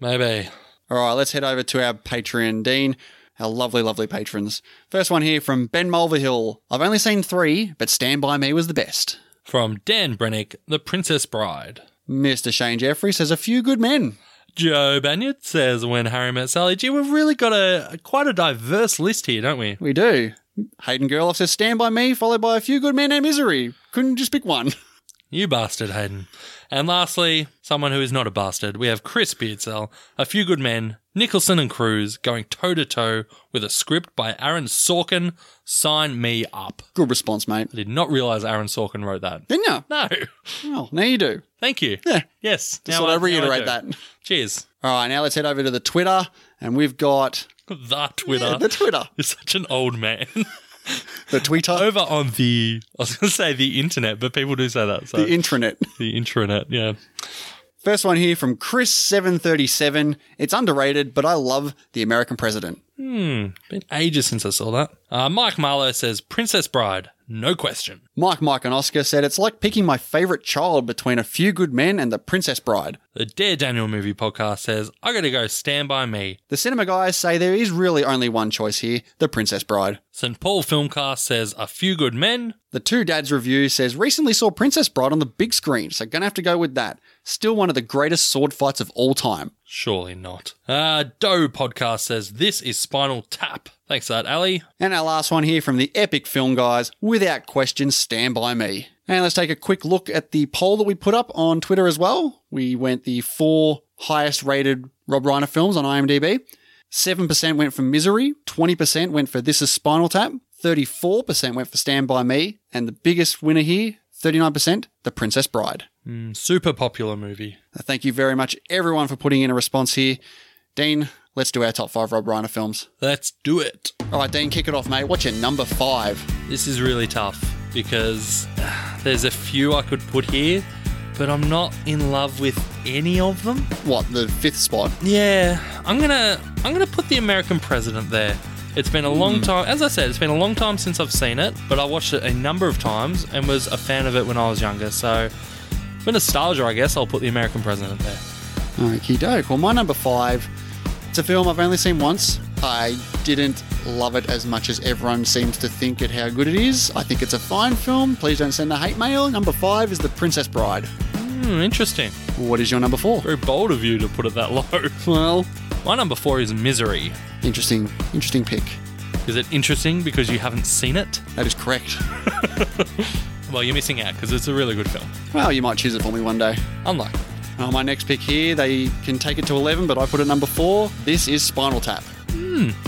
Speaker 1: Maybe.
Speaker 2: All right, let's head over to our Patreon, Dean. Our lovely, lovely patrons. First one here from Ben Mulverhill. I've only seen three, but Stand By Me was the best.
Speaker 1: From Dan Brennick, The Princess Bride.
Speaker 2: Mr. Shane Jeffrey says a few good men.
Speaker 1: Joe Banyard says, "When Harry Met Sally." Gee, we've really got a quite a diverse list here, don't we?
Speaker 2: We do. Hayden Gerloff says Stand By Me, followed by a few good men and misery. Couldn't just pick one.
Speaker 1: You bastard, Hayden. And lastly, someone who is not a bastard, we have Chris Beardsell, A Few Good Men, Nicholson and Cruz going toe to toe with a script by Aaron Sorkin. Sign me up.
Speaker 2: Good response, mate.
Speaker 1: I did not realize Aaron Sorkin wrote that.
Speaker 2: Didn't ya?
Speaker 1: No.
Speaker 2: Well, now you do.
Speaker 1: Thank you.
Speaker 2: Yeah.
Speaker 1: Yes.
Speaker 2: Just
Speaker 1: now
Speaker 2: thought
Speaker 1: I-
Speaker 2: I'd reiterate
Speaker 1: now I
Speaker 2: that.
Speaker 1: do. Cheers.
Speaker 2: All right, now let's head over to the Twitter, and we've got
Speaker 1: The Twitter.
Speaker 2: the Twitter,
Speaker 1: You're such an old man.
Speaker 2: the Twitter,
Speaker 1: Over on the, I was going to say the internet, but people do say that. So
Speaker 2: the
Speaker 1: the,
Speaker 2: intranet.
Speaker 1: intranet, yeah.
Speaker 2: First one here from Chris737. It's underrated, but I love the American president.
Speaker 1: Been ages since I saw that. Uh, Mike Marlowe says Princess Bride, No question.
Speaker 2: Mike, Mike, and Oscar said it's like picking my favorite child between a few good men and the Princess Bride.
Speaker 1: The Dare Daniel movie podcast says, I gotta go stand by me.
Speaker 2: The cinema guys say there is really only one choice here the Princess Bride.
Speaker 1: St. Paul Filmcast says, A Few Good Men.
Speaker 2: The Two Dads review says recently saw Princess Bride on the big screen, so gonna have to go with that. Still one of the greatest sword fights of all time.
Speaker 1: Surely not. Uh, Doe Podcast says, This is Spinal Tap. Thanks for that, Ali.
Speaker 2: And our last one here from the epic film guys, without question, Stand By Me. And let's take a quick look at the poll that we put up on Twitter as well. We went the four highest rated Rob Reiner films on IMDb. 7% went for Misery, 20% went for This Is Spinal Tap, 34% went for Stand By Me, and the biggest winner here, 39%, The Princess Bride.
Speaker 1: Mm, super popular movie.
Speaker 2: Thank you very much, everyone, for putting in a response here. Dean, let's do our top five Rob Reiner films.
Speaker 1: Let's do it.
Speaker 2: All right, Dean, kick it off, mate. What's your number five?
Speaker 1: This is really tough because uh, there's a few I could put here, but I'm not in love with any of them.
Speaker 2: What, the fifth spot?
Speaker 1: Yeah, I'm gonna I'm gonna put the American president there. It's been a long time, as I said, it's been a long time since I've seen it, but I watched it a number of times and was a fan of it when I was younger. So, for nostalgia, I guess I'll put the American president there.
Speaker 2: Okie doke. Well, my number five, it's a film I've only seen once. I didn't love it as much as everyone seems to think at how good it is. I think it's a fine film. Please don't send the hate mail. Number five is The Princess Bride.
Speaker 1: Hmm, interesting.
Speaker 2: What is your number four?
Speaker 1: Very bold of you to put it that low.
Speaker 2: Well,
Speaker 1: My number four is Misery.
Speaker 2: interesting, interesting pick.
Speaker 1: Is it interesting because you haven't seen it?
Speaker 2: That is correct.
Speaker 1: Well, you're missing out because it's a really good film.
Speaker 2: Well, you might choose it for me one day.
Speaker 1: Unlikely.
Speaker 2: Oh, my next pick here, they can take it to 11, but I put it number four. This is Spinal Tap.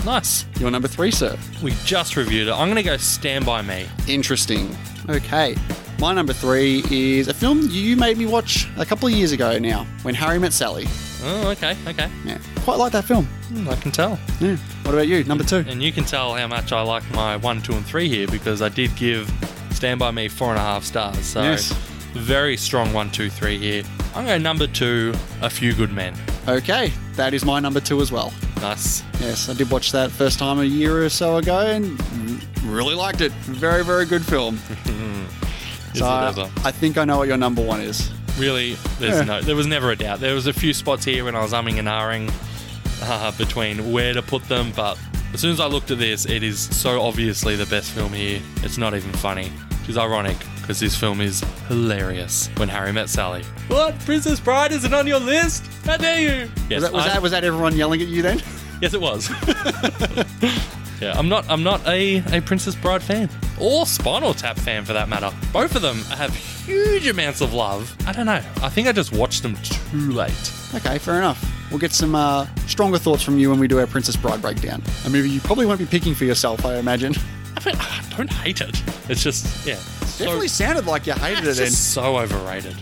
Speaker 1: Nice.
Speaker 2: Your number three, sir.
Speaker 1: We just reviewed it. I'm going to go Stand By Me.
Speaker 2: Interesting. Okay. My number three is a film you made me watch a couple of years ago now, when Harry met Sally.
Speaker 1: Oh, okay, okay.
Speaker 2: Yeah, quite like that film.
Speaker 1: Hmm, I can tell.
Speaker 2: Yeah. What about you? Number two.
Speaker 1: And you can tell how much I like my one, two, and three here because I did give Stand By Me four and a half stars. So,
Speaker 2: Yes.
Speaker 1: very strong one, two, three here. I'm going number two, A Few Good Men.
Speaker 2: Okay, that is my number two as well.
Speaker 1: Nice.
Speaker 2: Yes, I did watch that first time a year or so ago and really liked it. Very, very good film.
Speaker 1: Is
Speaker 2: so
Speaker 1: it ever?
Speaker 2: I think I know what your number one is.
Speaker 1: Really, there's no, there was never a doubt. There was a few spots here when I was umming and ahhing uh, between where to put them, but as soon as I looked at this, it is so obviously the best film here. It's not even funny, which is ironic because this film is hilarious. When Harry met Sally. What? Princess Bride isn't on your list? How dare you? Yes,
Speaker 2: Was, that, was,
Speaker 1: I-
Speaker 2: that, was that everyone yelling at you then?
Speaker 1: yes, it was. yeah, I'm not, I'm not a, a Princess Bride fan or Spinal Tap fan for that matter. Both of them have huge amounts of love. I don't know. I think I just watched them too late.
Speaker 2: Okay, fair enough. We'll get some uh, stronger thoughts from you when we do our Princess Bride breakdown. A movie you probably won't be picking for yourself, I imagine.
Speaker 1: I, mean, I don't hate it. It's just, yeah. it's
Speaker 2: Definitely
Speaker 1: so,
Speaker 2: sounded like you hated it.
Speaker 1: it's
Speaker 2: Then
Speaker 1: just so overrated.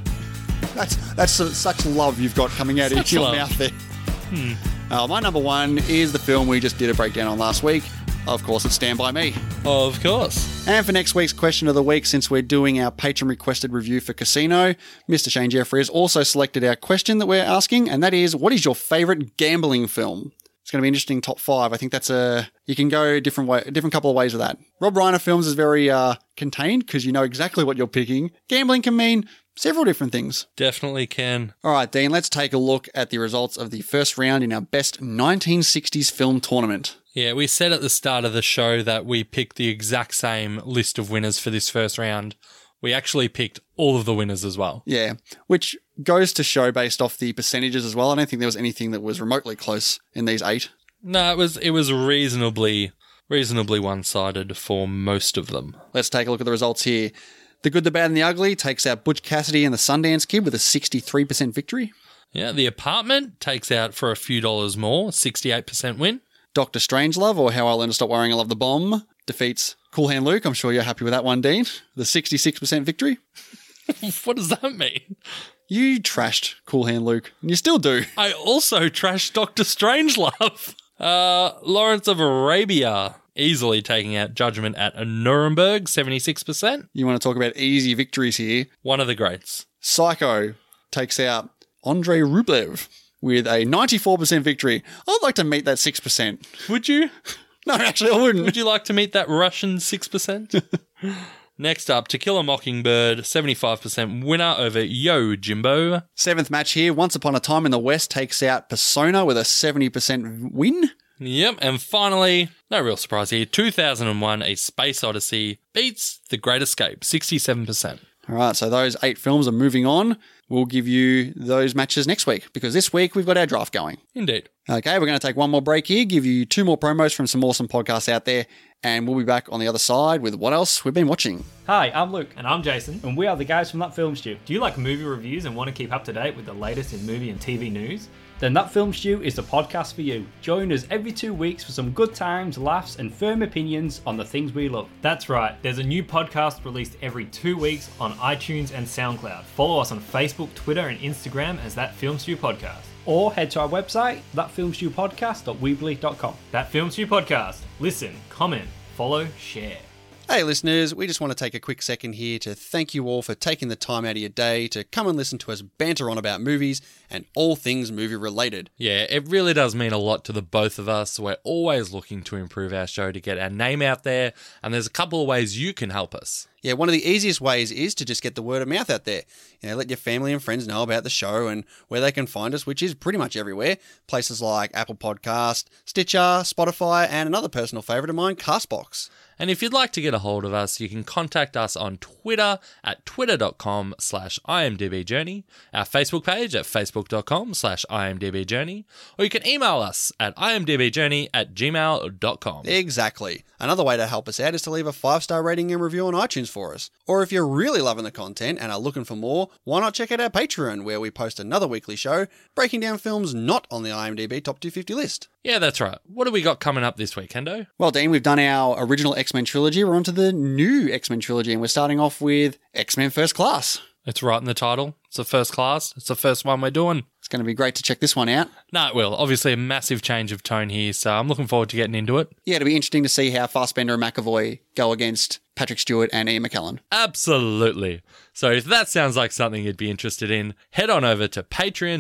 Speaker 2: that's that's su- such love you've got coming out of
Speaker 1: Such
Speaker 2: your
Speaker 1: love. Hmm.
Speaker 2: mouth there. Uh, my number one is the film we just did a breakdown on last week. Of course, it's Stand by Me.
Speaker 1: Of course.
Speaker 2: And for next week's question of the week, since we're doing our patron requested review for Casino, Mr. Shane Jeffrey has also selected our question that we're asking, and that is what is your favorite gambling film? It's going to be an interesting top five. I think that's a you can go different way, different couple of ways with that. Rob Reiner films is very uh, contained because you know exactly what you're picking. Gambling can mean several different things.
Speaker 1: Definitely can.
Speaker 2: All right, Dean, let's take a look at the results of the first round in our best 1960s film tournament.
Speaker 1: Yeah, we said at the start of the show that we picked the exact same list of winners for this first round. We actually picked all of the winners as well.
Speaker 2: Yeah, which goes to show based off the percentages as well. I don't think there was anything that was remotely close in these eight.
Speaker 1: No, it was it was reasonably reasonably one-sided for most of them.
Speaker 2: Let's take a look at the results here. The Good, the Bad, and the Ugly takes out Butch Cassidy and the Sundance Kid with a 63% victory.
Speaker 1: Yeah, the apartment takes out for a few dollars more, 68% win.
Speaker 2: Doctor Strangelove, or How I Learned to Stop Worrying I Love the Bomb, defeats Cool Hand Luke. I'm sure you're happy with that one, Dean. The 66% victory.
Speaker 1: what does that mean?
Speaker 2: You trashed Cool Hand Luke, and you still do.
Speaker 1: I also trashed Doctor Strangelove. Uh, Lawrence of Arabia easily taking out Judgment at Nuremberg, 76%.
Speaker 2: You want to talk about easy victories here.
Speaker 1: One of the greats.
Speaker 2: Psycho takes out Andre Rublev with a 94% victory. I'd like to meet that 6%.
Speaker 1: Would you?
Speaker 2: No, actually, I wouldn't.
Speaker 1: Would you like to meet that Russian 6%? Next up, To Kill a Mockingbird, 75% winner over Yo Jimbo.
Speaker 2: Seventh match here. Once Upon a Time in the West takes out Persona with a 70% win.
Speaker 1: Yep, and finally, no real surprise here, 2001 A Space Odyssey beats The Great Escape, 67%.
Speaker 2: All right, so those eight films are moving on. We'll give you those matches next week because this week we've got our draft going.
Speaker 1: Indeed.
Speaker 2: Okay, we're going to take one more break here, give you two more promos from some awesome podcasts out there, and we'll be back on the other side with what else we've been watching.
Speaker 11: Hi, I'm Luke. And I'm Jason. And we are the guys from That Film Stew. Do you like movie reviews and want to keep up to date with the latest in movie and TV news? Then That Film Stew is the podcast for you. Join us every two weeks for some good times, laughs, and firm opinions on the things we love. That's right. There's a new podcast released every two weeks on iTunes and SoundCloud. Follow us on Facebook, Twitter, and Instagram as That Film Stew Podcast. Or head to our website, thatfilmstewpodcast.weebly.com. That Film Stew Podcast. Listen, comment, follow, share.
Speaker 2: Hey, listeners, we just want to take a quick second here to thank you all for taking the time out of your day to come and listen to us banter on about movies and all things movie related.
Speaker 1: Yeah, it really does mean a lot to the both of us. We're always looking to improve our show to get our name out there, and there's a couple of ways you can help us.
Speaker 2: Yeah, one of the easiest ways is to just get the word of mouth out there. You know, let your family and friends know about the show and where they can find us, which is pretty much everywhere. Places like Apple Podcast, Stitcher, Spotify, and another personal favorite of mine, Castbox.
Speaker 1: And if you'd like to get a hold of us, you can contact us on Twitter at twitter.com slash imdbjourney, our Facebook page at facebook.com slash imdbjourney, or you can email us at imdbjourney at gmail.com.
Speaker 2: Exactly. Another way to help us out is to leave a five star rating and review on iTunes for us. Or if you're really loving the content and are looking for more, why not check out our Patreon, where we post another weekly show breaking down films not on the IMDb Top 250 list.
Speaker 1: Yeah, that's right. What do we got coming up this week, Hendo?
Speaker 2: Well, Dean, we've done our original X Men trilogy. We're on to the new X Men trilogy, and we're starting off with X Men First Class.
Speaker 1: It's right in the title. It's the first class. It's the first one we're doing.
Speaker 2: It's going to be great to check this one out.
Speaker 1: No, it will. Obviously, a massive change of tone here, so I'm looking forward to getting into it.
Speaker 2: Yeah, it'll be interesting to see how Fassbender and McAvoy go against Patrick Stewart and Ian McKellen.
Speaker 1: Absolutely. So if that sounds like something you'd be interested in, head on over to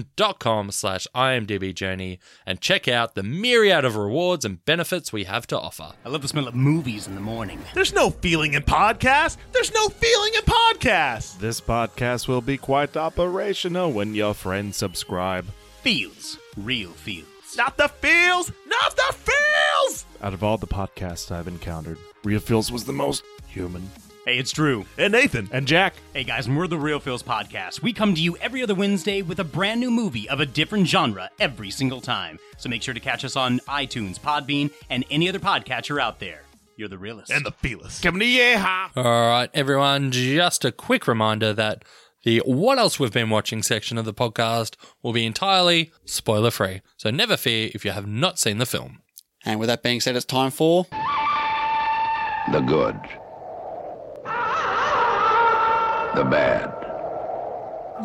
Speaker 1: patreon.com slash imdbjourney and check out the myriad of rewards and benefits we have to offer.
Speaker 12: I love the smell of movies in the morning.
Speaker 13: There's no feeling in podcast. There's no feeling in podcast.
Speaker 14: This podcast will be quite operational when your friends subscribe.
Speaker 12: Feels. Real feels.
Speaker 13: Not the feels. Not the feels.
Speaker 14: Out of all the podcasts I've encountered, Real Feels was the most human.
Speaker 12: Hey, it's Drew.
Speaker 13: And Nathan.
Speaker 14: And Jack.
Speaker 12: Hey, guys, and we're the Real Feels Podcast. We come to you every other Wednesday with a brand new movie of a different genre every single time. So make sure to catch us on iTunes, Podbean, and any other podcatcher out there. You're the realest.
Speaker 13: And the feelest. Come to yeah.
Speaker 1: All right, everyone, just a quick reminder that the What Else We've Been Watching section of the podcast will be entirely spoiler free. So never fear if you have not seen the film.
Speaker 2: And with that being said, it's time for.
Speaker 15: The good. The bad.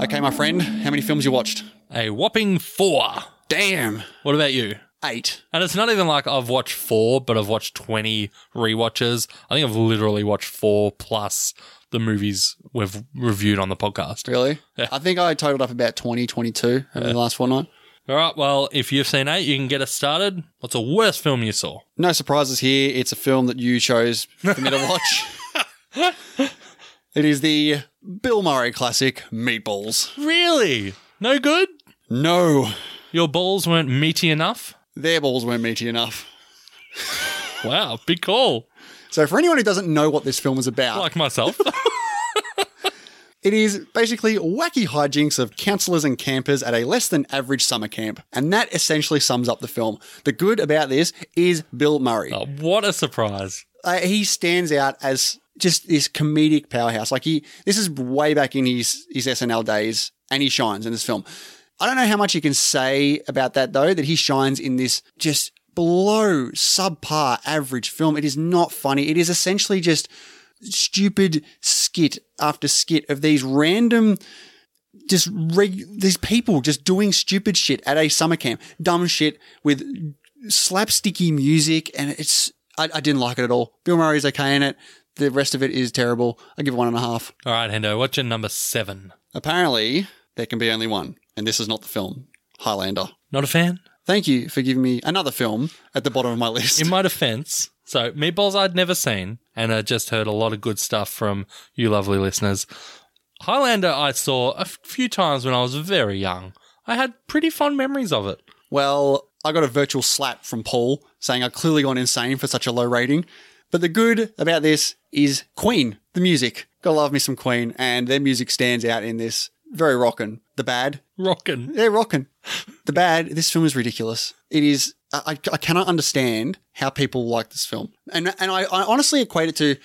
Speaker 2: Okay, my friend, how many films you watched?
Speaker 1: A whopping four.
Speaker 2: Damn.
Speaker 1: What about you?
Speaker 2: Eight.
Speaker 1: And it's not even like I've watched four, but I've watched 20 rewatches. I think I've literally watched four plus the movies we've reviewed on the podcast.
Speaker 2: Really? I think I totaled up about 20, 22 over the last fortnight.
Speaker 1: All right, well, if you've seen eight, you can get us started. What's the worst film you saw?
Speaker 2: No surprises here. It's a film that you chose for me to watch. it is the Bill Murray classic, Meatballs.
Speaker 1: Really? No good?
Speaker 2: No,
Speaker 1: Your balls weren't meaty enough?
Speaker 2: their balls weren't meaty enough.
Speaker 1: Wow, big call.
Speaker 2: So, for anyone who doesn't know what this film is about,
Speaker 1: Like myself.
Speaker 2: It is basically wacky hijinks of counselors and campers at a less than average summer camp. And that essentially sums up the film. The good about this is Bill Murray.
Speaker 1: Oh, what a surprise.
Speaker 2: Uh, he stands out as just this comedic powerhouse. Like he, this is way back in his, his SNL days and he shines in this film. I don't know how much you can say about that though, that he shines in this just below subpar average film. It is not funny. It is essentially just stupid skit after skit of these random just reg- these people just doing stupid shit at a summer camp, dumb shit with slapsticky music, and it's I, I didn't like it at all. Bill Murray's okay in it. The rest of it is terrible. I give it one and a half.
Speaker 1: All right, Hendo, what's your number seven?
Speaker 2: Apparently, there can be only one, and this is not the film Highlander.
Speaker 1: Not a fan?
Speaker 2: Thank you for giving me another film at the bottom of my list.
Speaker 1: In my defense, so Meatballs I'd never seen, and I just heard a lot of good stuff from you lovely listeners. Highlander, I saw a few times when I was very young. I had pretty fond memories of it.
Speaker 2: Well, I got a virtual slap from Paul saying I've clearly gone insane for such a low rating. But the good about this is Queen, the music. Gotta love me some Queen, and their music stands out in this. Very rockin'. The bad.
Speaker 1: Rockin'.
Speaker 2: Yeah, rockin'. The bad, this film is ridiculous. It is, I, I cannot understand how people like this film. And, and I, I honestly equate it to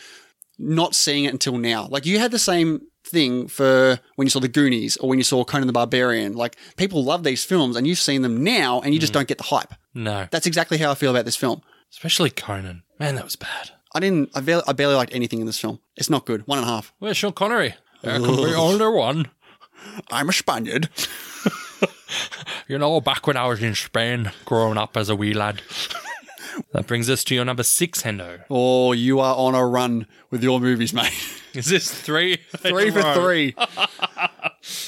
Speaker 2: not seeing it until now. Like, you had the same thing for when you saw The Goonies or when you saw Conan the Barbarian. Like, people love these films, and you've seen them now, and you just don't get the hype.
Speaker 1: No.
Speaker 2: That's exactly how I feel about this film.
Speaker 1: Especially Conan. Man, that was bad.
Speaker 2: I didn't. I barely, I barely liked anything in this film. It's not good. One and a half.
Speaker 1: Where's Sean Connery? I can be older one.
Speaker 2: I'm a Spaniard.
Speaker 1: You know, back when I was in Spain, growing up as a wee lad. that brings us to your number six, Hendo.
Speaker 2: Oh, you are on a run with your movies, mate.
Speaker 1: Is this three? in
Speaker 2: three
Speaker 1: a
Speaker 2: for
Speaker 1: row?
Speaker 2: three.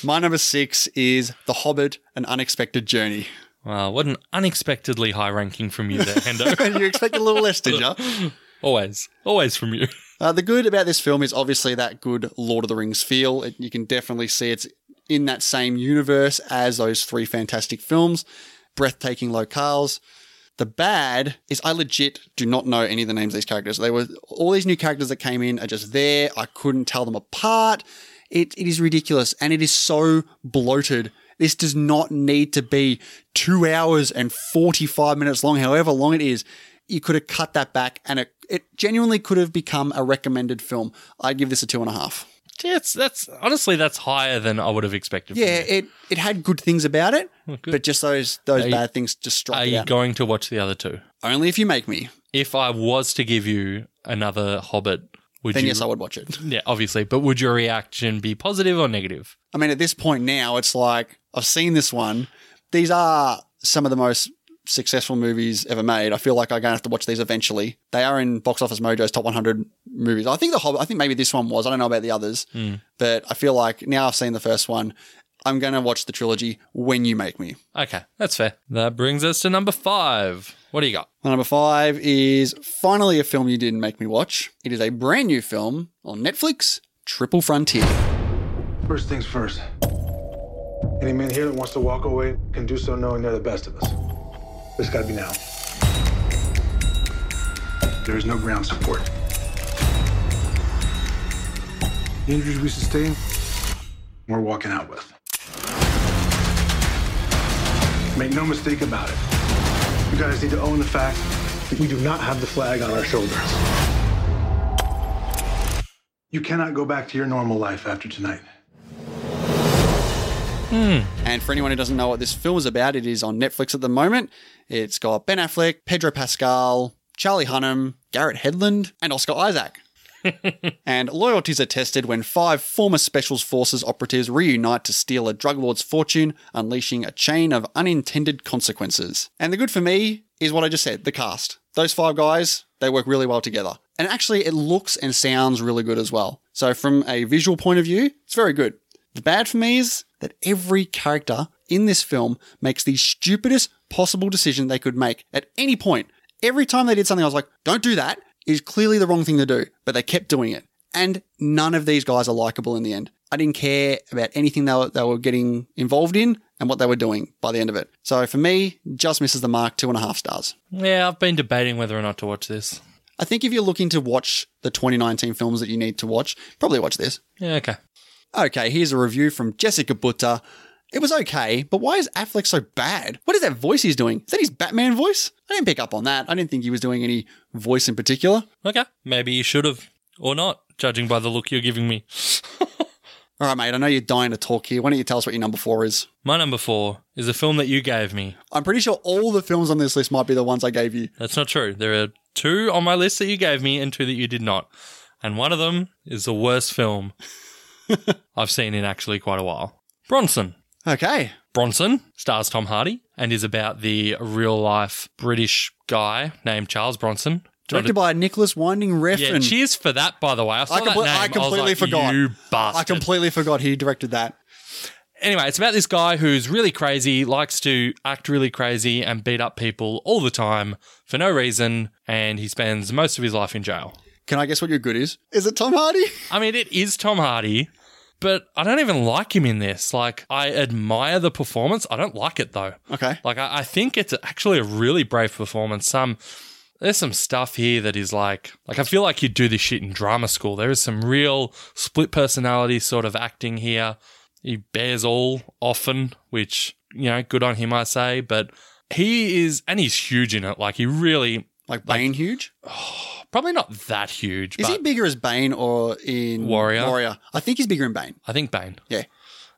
Speaker 2: My number six is The Hobbit: An Unexpected Journey.
Speaker 1: Wow, what an unexpectedly high ranking from you there, Hendo.
Speaker 2: you expected a little less, did ya?
Speaker 1: always, always from you.
Speaker 2: Uh, the good about this film is obviously that good Lord of the Rings feel. It, you can definitely see it's in that same universe as those three fantastic films, breathtaking locales. The bad is I legit do not know any of the names of these characters. They were all these new characters that came in are just there. I couldn't tell them apart. It, it is ridiculous and it is so bloated. This does not need to be two hours and 45 minutes long, however long it is. You could have cut that back and it, it genuinely could have become a recommended film. I give this a two and a half.
Speaker 1: Yeah, it's, that's honestly that's higher than I would have expected.
Speaker 2: Yeah, it, it had good things about it,
Speaker 1: good.
Speaker 2: but just those those
Speaker 1: Are you-
Speaker 2: bad things just struck
Speaker 1: Are
Speaker 2: it
Speaker 1: you
Speaker 2: out.
Speaker 1: going to watch the other two?
Speaker 2: Only if you make me.
Speaker 1: If I was to give you another Hobbit, would
Speaker 2: Then
Speaker 1: you?
Speaker 2: yes, I would watch it.
Speaker 1: Yeah, obviously, but would your reaction be positive or negative?
Speaker 2: I mean, at this point now, it's like I've seen this one. These are some of the most successful movies ever made. I feel like I'm going to have to watch these eventually. They are in Box Office Mojo's top 100 movies. I think the Hobbit. I think maybe this one was. I don't know about the others, but I feel like now I've seen the first one. I'm going to watch the trilogy when you make me.
Speaker 1: Okay, that's fair. That brings us to number five. What do you got?
Speaker 2: My number five is finally a film you didn't make me watch. It is a brand new film on Netflix, Triple Frontier.
Speaker 16: First things first. Any man here that wants to walk away can do so knowing they're the best of us. But it's gotta be now. There is no ground support. The injuries we sustain, we're walking out with. Make no mistake about it. You guys need to own the fact that we do not have the flag on our shoulders. You cannot go back to your normal life after tonight.
Speaker 2: And for anyone who doesn't know what this film is about, it is on Netflix at the moment. It's got Ben Affleck, Pedro Pascal, Charlie Hunnam, Garrett Hedlund, and Oscar Isaac. and loyalties are tested when five former Special Forces operatives reunite to steal a drug lord's fortune, unleashing a chain of unintended consequences. And the good for me is what I just said the cast. Those five guys, they work really well together. And actually, it looks and sounds really good as well. So, from a visual point of view, it's very good. The bad for me is that every character in this film makes the stupidest possible decision they could make at any point. Every time they did something, I was like, don't do that is clearly the wrong thing to do, but they kept doing it. And none of these guys are likable in the end. I didn't care about anything they were, they were getting involved in and what they were doing by the end of it. So for me, just misses the mark two and a half stars.
Speaker 1: Yeah, I've been debating whether or not to watch this.
Speaker 2: I think if you're looking to watch the 2019 films that you need to watch, probably watch this.
Speaker 1: Yeah, okay.
Speaker 2: Okay, here's a review from Jessica Butter. It was okay, but why is Affleck so bad? What is that voice he's doing? Is that his Batman voice? I didn't pick up on that. I didn't think he was doing any voice in particular.
Speaker 1: Okay, maybe you should have or not, judging by the look you're giving me.
Speaker 2: All right, mate, I know you're dying to talk here. Why don't you tell us what your number four is?
Speaker 1: My number four is a film that you gave me.
Speaker 2: I'm pretty sure all the films on this list might be the ones I gave you.
Speaker 1: That's not true. There are two on my list that you gave me and two that you did not. And one of them is the worst film I've seen in actually quite a while. Bronson.
Speaker 2: Okay.
Speaker 1: Bronson stars Tom Hardy and is about the real life British guy named Charles Bronson.
Speaker 2: Directed by Nicholas Winding Refn.
Speaker 1: Yeah, cheers for that, by the way. I, saw
Speaker 2: I,
Speaker 1: that
Speaker 2: comple-
Speaker 1: name,
Speaker 2: I
Speaker 1: was
Speaker 2: completely
Speaker 1: like,
Speaker 2: forgot.
Speaker 1: You
Speaker 2: I
Speaker 1: bastard.
Speaker 2: completely forgot he directed that.
Speaker 1: anyway, it's about this guy who's really crazy, likes to act really crazy and beat up people all the time for no reason, and he spends most of his life in jail.
Speaker 2: Can I guess what your good is? Is it Tom Hardy?
Speaker 1: I mean, it is Tom Hardy, but I don't even like him in this. Like, I admire the performance. I don't like it though.
Speaker 2: Okay.
Speaker 1: Like, I, I think it's actually a really brave performance. Some there's some stuff here that is like, like I feel like you do this shit in drama school. There is some real split personality sort of acting here. He bears all often, which you know, good on him, I say. But he is, and he's huge in it. Like he really,
Speaker 2: like Bane huge.
Speaker 1: probably not that huge.
Speaker 2: Is
Speaker 1: but
Speaker 2: he bigger as Bane or in
Speaker 1: Warrior?
Speaker 2: Warrior. I think he's bigger in Bane.
Speaker 1: I think Bane.
Speaker 2: Yeah.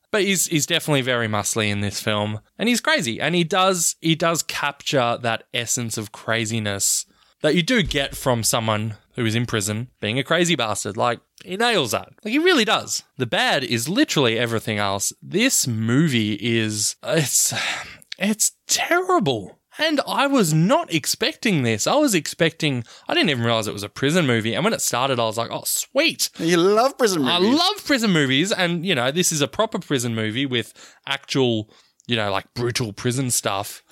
Speaker 1: But he's he's definitely very muscly in this film, and he's crazy, and he does he does capture that essence of craziness that you do get from someone who is in prison being a crazy bastard. Like he nails that, like he really does. The bad is literally everything else. This movie is it's it's terrible. And I was not expecting this. I was expecting, I didn't even realize it was a prison movie. And when it started, I was like, oh, sweet.
Speaker 2: You love prison
Speaker 1: I
Speaker 2: movies.
Speaker 1: love prison movies, and you know this is a proper prison movie with actual, you know, like brutal prison stuff.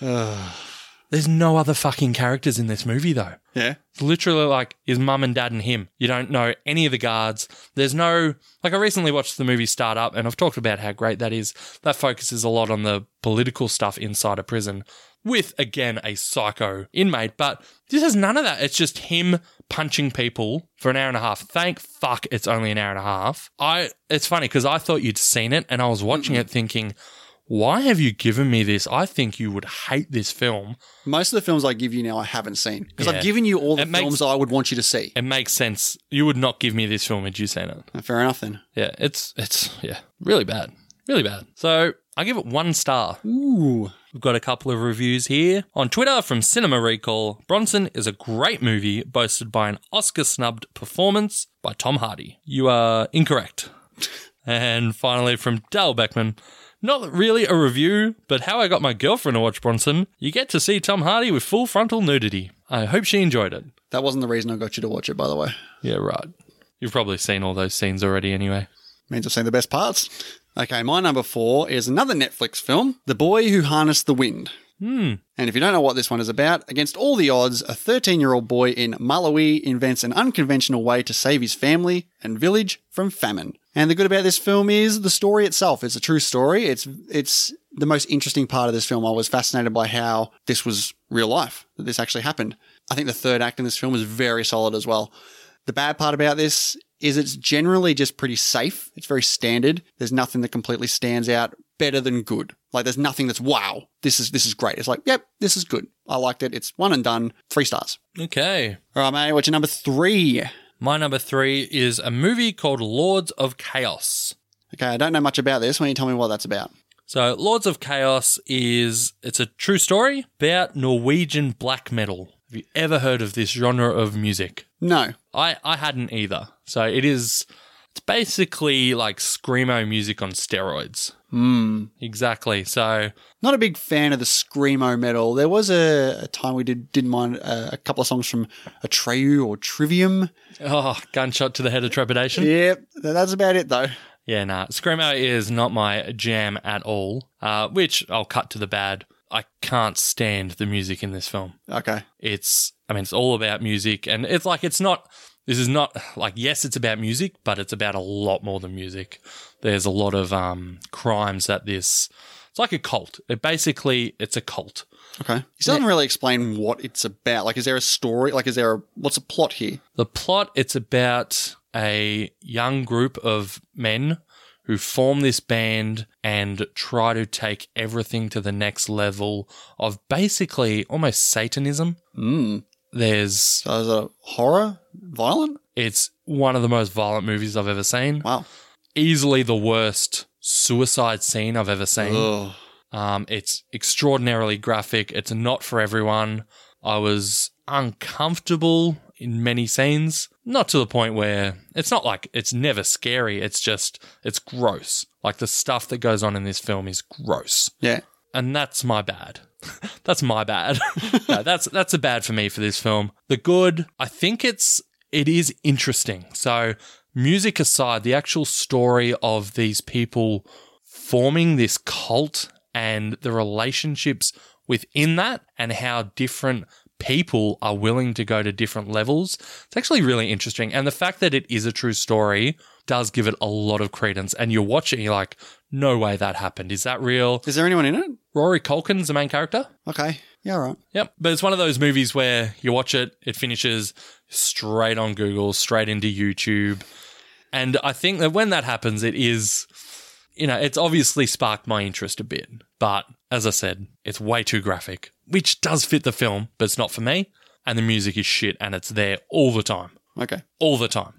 Speaker 1: There's no other fucking characters in this movie though.
Speaker 2: Yeah.
Speaker 1: It's literally like his mum and dad and him. You don't know any of the guards. There's no like I recently watched the movie Start Up and I've talked about how great that is. That focuses a lot on the political stuff inside a prison with again a psycho inmate, but this has none of that. It's just him punching people for an hour and a half. Thank fuck it's only an hour and a half. I it's funny cuz I thought you'd seen it and I was watching it thinking why have you given me this? I think you would hate this film.
Speaker 2: Most of the films I give you now I haven't seen because
Speaker 1: Yeah.
Speaker 2: I've given you all the
Speaker 1: It makes-
Speaker 2: films I would want you to see.
Speaker 1: It makes sense. You would not give me this film had you seen it.
Speaker 2: Fair enough then.
Speaker 1: Yeah, it's it's yeah, really bad, really bad. So I give it one star.
Speaker 2: Ooh.
Speaker 1: We've got a couple of reviews here on Twitter from Cinema Recall. Bronson is a great movie, boasted by an Oscar snubbed performance by Tom Hardy. You are incorrect. and finally from Dal Beckman. Not really a review, but how I got my girlfriend to watch Bronson. You get to see Tom Hardy with full frontal nudity. I hope she enjoyed it.
Speaker 2: That wasn't the reason I got you to watch it, by the way.
Speaker 1: Yeah, right. You've probably seen all those scenes already anyway.
Speaker 2: Means I've seen the best parts. Okay, my number four is another Netflix film, The Boy Who Harnessed the Wind.
Speaker 1: Hmm.
Speaker 2: And if you don't know what this one is about, against all the odds, a 13 year old boy in Malawi invents an unconventional way to save his family and village from famine. And the good about this film is the story itself. It's a true story. It's it's the most interesting part of this film. I was fascinated by how this was real life, that this actually happened. I think the third act in this film is very solid as well. The bad part about this is it's generally just pretty safe. It's very standard. There's nothing that completely stands out better than good. Like there's nothing that's wow, this is this is great. It's like, yep, this is good. I liked it. It's one and done. Three stars.
Speaker 1: Okay.
Speaker 2: All right, mate, what's your number three?
Speaker 1: My number three is a movie called Lords of Chaos.
Speaker 2: Okay, I don't know much about this. Why don't you tell me what that's about?
Speaker 1: So Lords of Chaos is it's a true story about Norwegian black metal. Have you ever heard of this genre of music?
Speaker 2: No.
Speaker 1: I, I hadn't either. So it is it's basically like screamo music on steroids.
Speaker 2: Hmm.
Speaker 1: Exactly. So
Speaker 2: Not a big fan of the screamo metal. There was a, a time we did didn't mind uh, a, a couple of songs from Atreyu or Trivium.
Speaker 1: oh, gunshot to the head of trepidation.
Speaker 2: Yep, th- that's about it though.
Speaker 1: Yeah, nah. Screamo is not my jam at all, uh, which I'll cut to the bad. I can't stand the music in this film.
Speaker 2: Okay.
Speaker 1: It's, I mean, it's all about music. And it's like, it's not, this is not like, yes, it's about music, but it's about a lot more than music. There's a lot of um, crimes that this, it's like a cult. It basically, it's a cult.
Speaker 2: Okay. It doesn't really explain what it's about. Like, is there a story? Like, is there a what's a plot here?
Speaker 1: The plot it's about a young group of men who form this band and try to take everything to the next level of basically almost Satanism.
Speaker 2: Mm.
Speaker 1: There's so
Speaker 2: there's a horror, violent.
Speaker 1: It's one of the most violent movies I've ever seen.
Speaker 2: Wow,
Speaker 1: easily the worst suicide scene I've ever seen.
Speaker 2: Ugh.
Speaker 1: Um, it's extraordinarily graphic. It's not for everyone. I was uncomfortable in many scenes, not to the point where it's not like it's never scary. It's just, it's gross. Like the stuff that goes on in this film is gross.
Speaker 2: Yeah.
Speaker 1: And that's my bad. that's my bad. No, that's that's a bad for me for this film. The good, I think it's it is interesting. So, music aside, the actual story of these people forming this cult and the relationships within that and how different people are willing to go to different levels. It's actually really interesting. And the fact that it is a true story does give it a lot of credence. And you watch it and you're like, no way that happened. Is that real?
Speaker 2: Is there anyone in it?
Speaker 1: Rory Culkin's the main character.
Speaker 2: Okay. Yeah, all right.
Speaker 1: Yep. But it's one of those movies where you watch it, it finishes straight on Google, straight into YouTube. And I think that when that happens, it is, you know, it's obviously sparked my interest a bit. But as I said, it's way too graphic, which does fit the film, but it's not for me. And the music is shit and it's there all the time.
Speaker 2: Okay.
Speaker 1: All the time.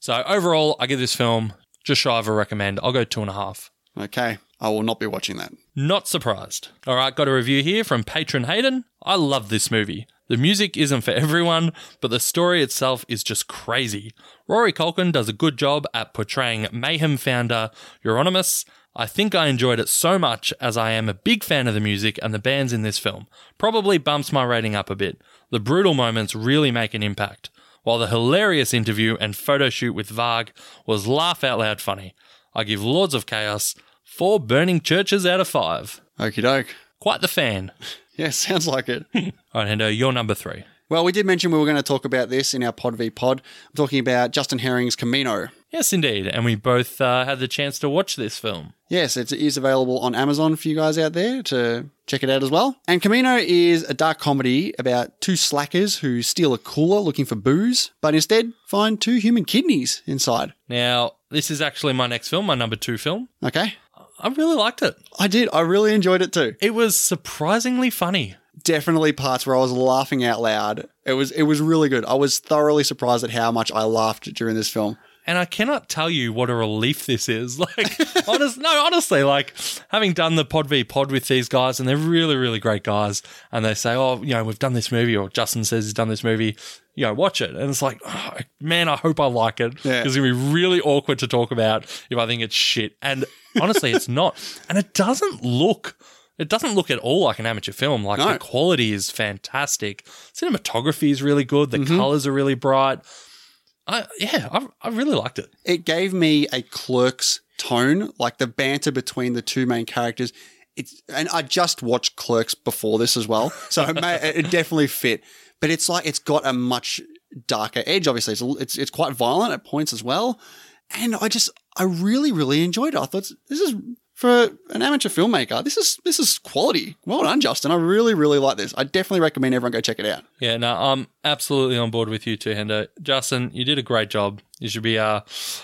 Speaker 1: so overall, I give this film just shy of a recommend. I'll go two and a half.
Speaker 2: Okay. I will not be watching that.
Speaker 1: Not surprised. All right, got a review here from patron Hayden. I love this movie. The music isn't for everyone, but the story itself is just crazy. Rory Culkin does a good job at portraying Mayhem founder Euronymous. I think I enjoyed it so much as I am a big fan of the music and the bands in this film. Probably bumps my rating up a bit. The brutal moments really make an impact, while the hilarious interview and photo shoot with Varg was laugh out loud funny. I give Lords of Chaos four burning churches out of five.
Speaker 2: Okie doke.
Speaker 1: Quite the fan.
Speaker 2: Yeah, sounds like it.
Speaker 1: All right, Hendo, you're number three.
Speaker 2: Well, we did mention we were going to talk about this in our Pod v Pod. I'm talking about Justin Herring's Camino.
Speaker 1: Yes, indeed. And we both uh, had the chance to watch this film.
Speaker 2: Yes, it is available on Amazon for you guys out there to check it out as well. And Camino is a dark comedy about two slackers who steal a cooler looking for booze, but instead find two human kidneys inside.
Speaker 1: Now, this is actually my next film, my number two film.
Speaker 2: Okay.
Speaker 1: I really liked it.
Speaker 2: I did. I really enjoyed it too.
Speaker 1: It was surprisingly funny.
Speaker 2: Definitely parts where I was laughing out loud. It was it was really good. I was thoroughly surprised at how much I laughed during this film.
Speaker 1: And I cannot tell you what a relief this is. Like, honest, no, honestly, like having done the Pod v Pod with these guys, and they're really, really great guys. And they say, "Oh, you know, we've done this movie," or Justin says he's done this movie. You know, watch it, and it's like, oh, man, I hope I like it.
Speaker 2: Yeah.
Speaker 1: It's gonna be really awkward to talk about if I think it's shit. And honestly, it's not. And it doesn't look. It doesn't look at all like an amateur film. Like
Speaker 2: No.
Speaker 1: the quality is fantastic. Cinematography is really good.
Speaker 2: Mm-hmm.
Speaker 1: The colors are really bright. I yeah, I, I really liked it.
Speaker 2: It gave me a clerk's tone, like the banter between the two main characters. It's and I just watched Clerks before this as well, so it, may, it definitely fit. But it's like it's got a much darker edge. Obviously, it's a l- it's, it's quite violent at points as well, and I just I really really enjoyed it. I thought this is for an amateur filmmaker. This is this is quality. Well done, Justin. I really really like this. I definitely recommend everyone go check it out.
Speaker 1: Yeah, no, I'm absolutely on board with you too, Hendo. Justin, you did a great job. You should be uh,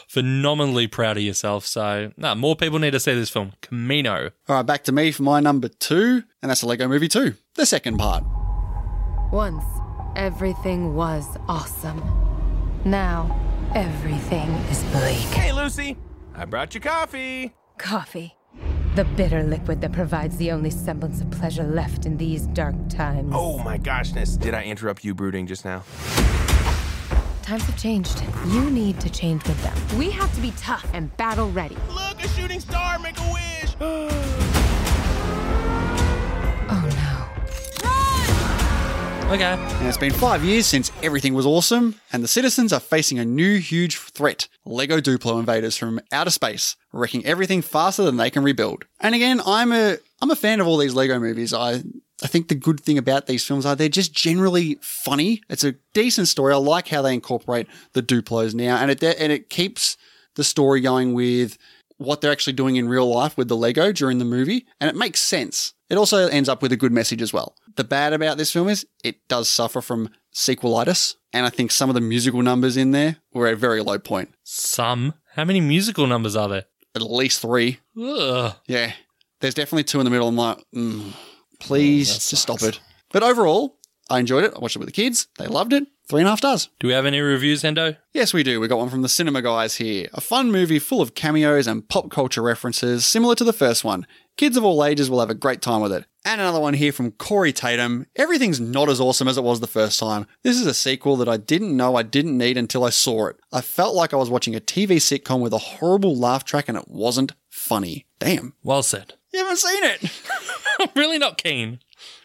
Speaker 1: phenomenally proud of yourself. So, no, more people need to see this film, Camino.
Speaker 2: All right, back to me for my number two, and that's a Lego Movie two, the second part.
Speaker 17: Once, everything was awesome. Now, everything is bleak.
Speaker 13: Hey, Lucy. I brought you coffee.
Speaker 17: Coffee. The bitter liquid that provides the only semblance of pleasure left in these dark times.
Speaker 13: Oh my goshness. Did I interrupt you brooding just now?
Speaker 17: Times have changed. You need to change with them. We have to be tough and battle ready.
Speaker 13: Look, a shooting star. Make a wish.
Speaker 17: Oh,
Speaker 1: Okay.
Speaker 2: And it's been five years since everything was awesome, and the citizens are facing a new huge threat Lego Duplo invaders from outer space, wrecking everything faster than they can rebuild. And again, I'm a I'm a fan of all these Lego movies. I I think the good thing about these films are they're just generally funny. It's a decent story. I like how they incorporate the Duplos now, and it and it keeps the story going with what they're actually doing in real life with the Lego during the movie, and it makes sense. It also ends up with a good message as well. The bad about this film is it does suffer from sequelitis, and I think some of the musical numbers in there were at a very low point.
Speaker 1: Some? How many musical numbers are there?
Speaker 2: At least three.
Speaker 1: Ugh.
Speaker 2: Yeah. There's definitely two in the middle. I'm like, mm, please just stop it. But overall, I enjoyed it. I watched it with the kids. They loved it. Three and a half stars.
Speaker 1: Do we have any reviews, Hendo?
Speaker 2: Yes, we do. We got one from the cinema guys here. A fun movie full of cameos and pop culture references, similar to the first one. Kids of all ages will have a great time with it. And another one here from Corey Tatum. Everything's not as awesome as it was the first time. This is a sequel that I didn't know I didn't need until I saw it. I felt like I was watching a TV sitcom with a horrible laugh track and it wasn't funny. Damn.
Speaker 1: Well said.
Speaker 2: You haven't seen it.
Speaker 1: I'm really not keen,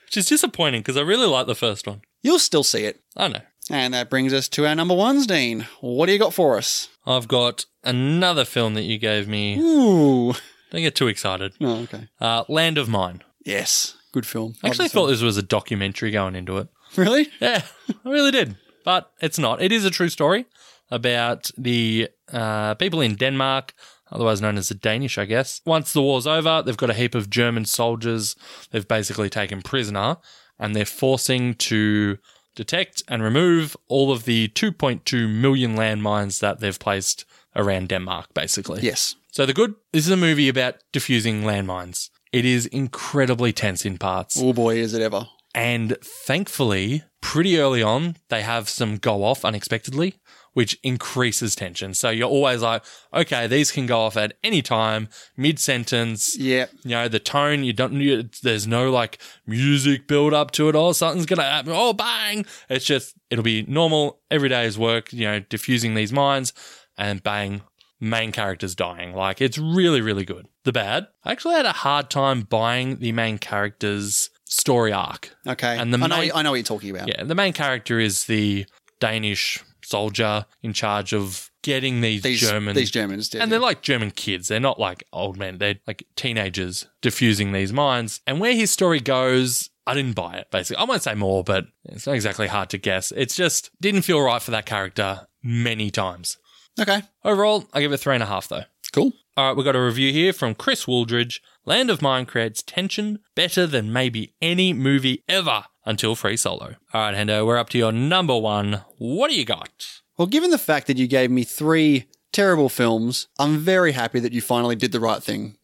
Speaker 1: which is disappointing because I really like the first one.
Speaker 2: You'll still see it.
Speaker 1: I know.
Speaker 2: And that brings us to our number ones, Dean. What do you got for us?
Speaker 1: I've got another film that you gave me.
Speaker 2: Ooh.
Speaker 1: Don't get too excited.
Speaker 2: Oh, okay.
Speaker 1: Uh, Land of Mine.
Speaker 2: Yes. Good film.
Speaker 1: I actually
Speaker 2: Love the
Speaker 1: thought this was a documentary going into it.
Speaker 2: Really?
Speaker 1: Yeah, I really did. But it's not. It is a true story about the uh, people in Denmark, otherwise known as the Danish, I guess. Once the war's over, they've got a heap of German soldiers they've basically taken prisoner, and they're forcing to detect and remove all of the 2.2 million landmines that they've placed around Denmark, basically.
Speaker 2: Yes.
Speaker 1: So the good. This is a movie about diffusing landmines. It is incredibly tense in parts.
Speaker 2: Oh boy, is it ever!
Speaker 1: And thankfully, pretty early on, they have some go off unexpectedly, which increases tension. So you're always like, okay, these can go off at any time, mid sentence.
Speaker 2: Yeah.
Speaker 1: You know, the tone, you don't, you, there's no like music build up to it. Oh, something's going to happen. Oh, bang. It's just, it'll be normal, everyday's work, you know, diffusing these minds and bang, main character's dying. Like, it's really, really good. The bad, I actually had a hard time buying the main character's story arc.
Speaker 2: Okay.
Speaker 1: And the
Speaker 2: I know,
Speaker 1: main-
Speaker 2: I know what you're talking about.
Speaker 1: Yeah, the main character is the Danish soldier in charge of getting these,
Speaker 2: These-
Speaker 1: German
Speaker 2: these Germans, yeah,
Speaker 1: and they're like German kids. They're not like old men. They're like teenagers diffusing these mines. And where his story goes, I didn't buy it. Basically, I won't say more, but it's not exactly hard to guess. It's just didn't feel right for that character many times.
Speaker 2: Okay.
Speaker 1: Overall, I give it three and a half though.
Speaker 2: Cool.
Speaker 1: All right, we Uh, got a review here from Chris Wooldridge. Land of Mine creates tension better than maybe any movie ever until Free Solo. All right, Hendo, we're up to your number one. What do you got?
Speaker 2: Well, given the fact that you gave me three terrible films, I'm very happy that you finally did the right thing.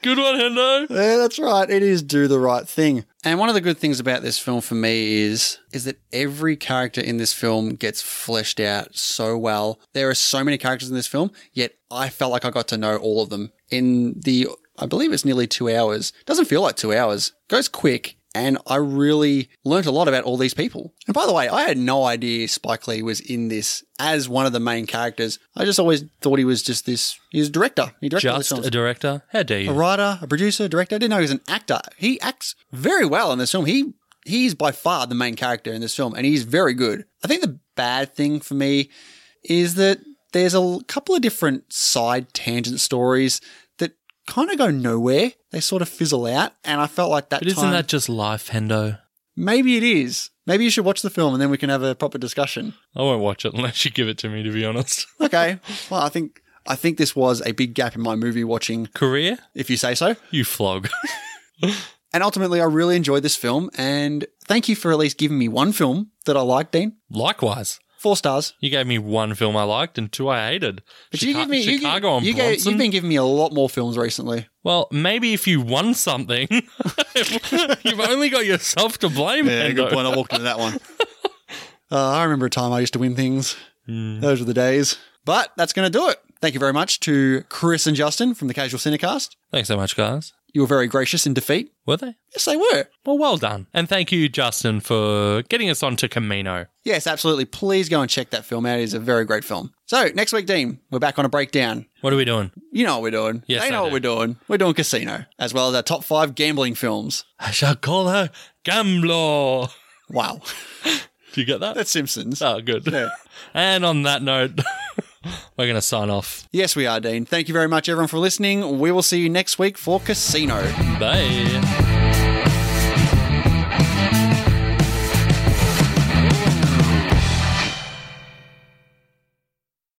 Speaker 1: Good one, Hendo.
Speaker 2: Yeah, that's right. It is do the right thing. And one of the good things about this film for me is is that every character in this film gets fleshed out so well. There are so many characters in this film, yet I felt like I got to know all of them in the I believe it's nearly 2 hours. Doesn't feel like 2 hours. Goes quick. And I really learnt a lot about all these people. And by the way, I had no idea Spike Lee was in this as one of the main characters. I just always thought he was just this. He was a director. He directed all these
Speaker 1: Just
Speaker 2: films.
Speaker 1: a director? How dare you?
Speaker 2: A writer, a producer, a director. I didn't know he was an actor. He acts very well in this film. He he's by far the main character in this film, and he's very good. I think the bad thing for me is that there's a l- couple of different side tangent stories that kind of go nowhere. They sort of fizzle out, and I felt like that.
Speaker 1: But isn't
Speaker 2: time-
Speaker 1: that just life, Hendo?
Speaker 2: maybe it is? Maybe you should watch the film, and then we can have a proper discussion.
Speaker 1: I won't watch it unless you give it to me, to be honest.
Speaker 2: Okay. well, I think I think this was a big gap in my movie watching
Speaker 1: career,
Speaker 2: if you say so.
Speaker 1: You flog.
Speaker 2: And ultimately, I really enjoyed this film. And thank you for at least giving me one film that I liked, Dean.
Speaker 1: Likewise.
Speaker 2: Four stars.
Speaker 1: You gave me one film I liked and two I hated.
Speaker 2: But
Speaker 1: Chica-
Speaker 2: you give me you give-
Speaker 1: Chicago on
Speaker 2: you gave-
Speaker 1: Bronson.
Speaker 2: You've been giving me a lot more films recently.
Speaker 1: well, maybe if you won something, you've only got yourself to blame. Hendo.
Speaker 2: walked into that one. Uh, I remember a time I used to win things. Those were the days. But that's going to do it. Thank you very much to Chris and Justin from the Casual Cinecast.
Speaker 1: Thanks so much, guys.
Speaker 2: You were very gracious in defeat.
Speaker 1: Were they?
Speaker 2: Yes, they were.
Speaker 1: Well, well done. And thank you, Justin, for getting us onto Camino.
Speaker 2: Yes, absolutely. Please go and check that film out. It is a very great film. So next week, Dean, we're back on a breakdown.
Speaker 1: What are we doing?
Speaker 2: You know what we're doing.
Speaker 1: Yes,
Speaker 2: they
Speaker 1: I
Speaker 2: know what
Speaker 1: do.
Speaker 2: we're doing. We're doing Casino, as well as our top five gambling films.
Speaker 1: I shall call her Gambler.
Speaker 2: Wow.
Speaker 1: Do you get that?
Speaker 2: That's Simpsons.
Speaker 1: Oh, good. And on that note, we're going to sign off.
Speaker 2: Yes, we are, Dean. Thank you very much, everyone, for listening. We will see you next week for Casino.
Speaker 1: Bye.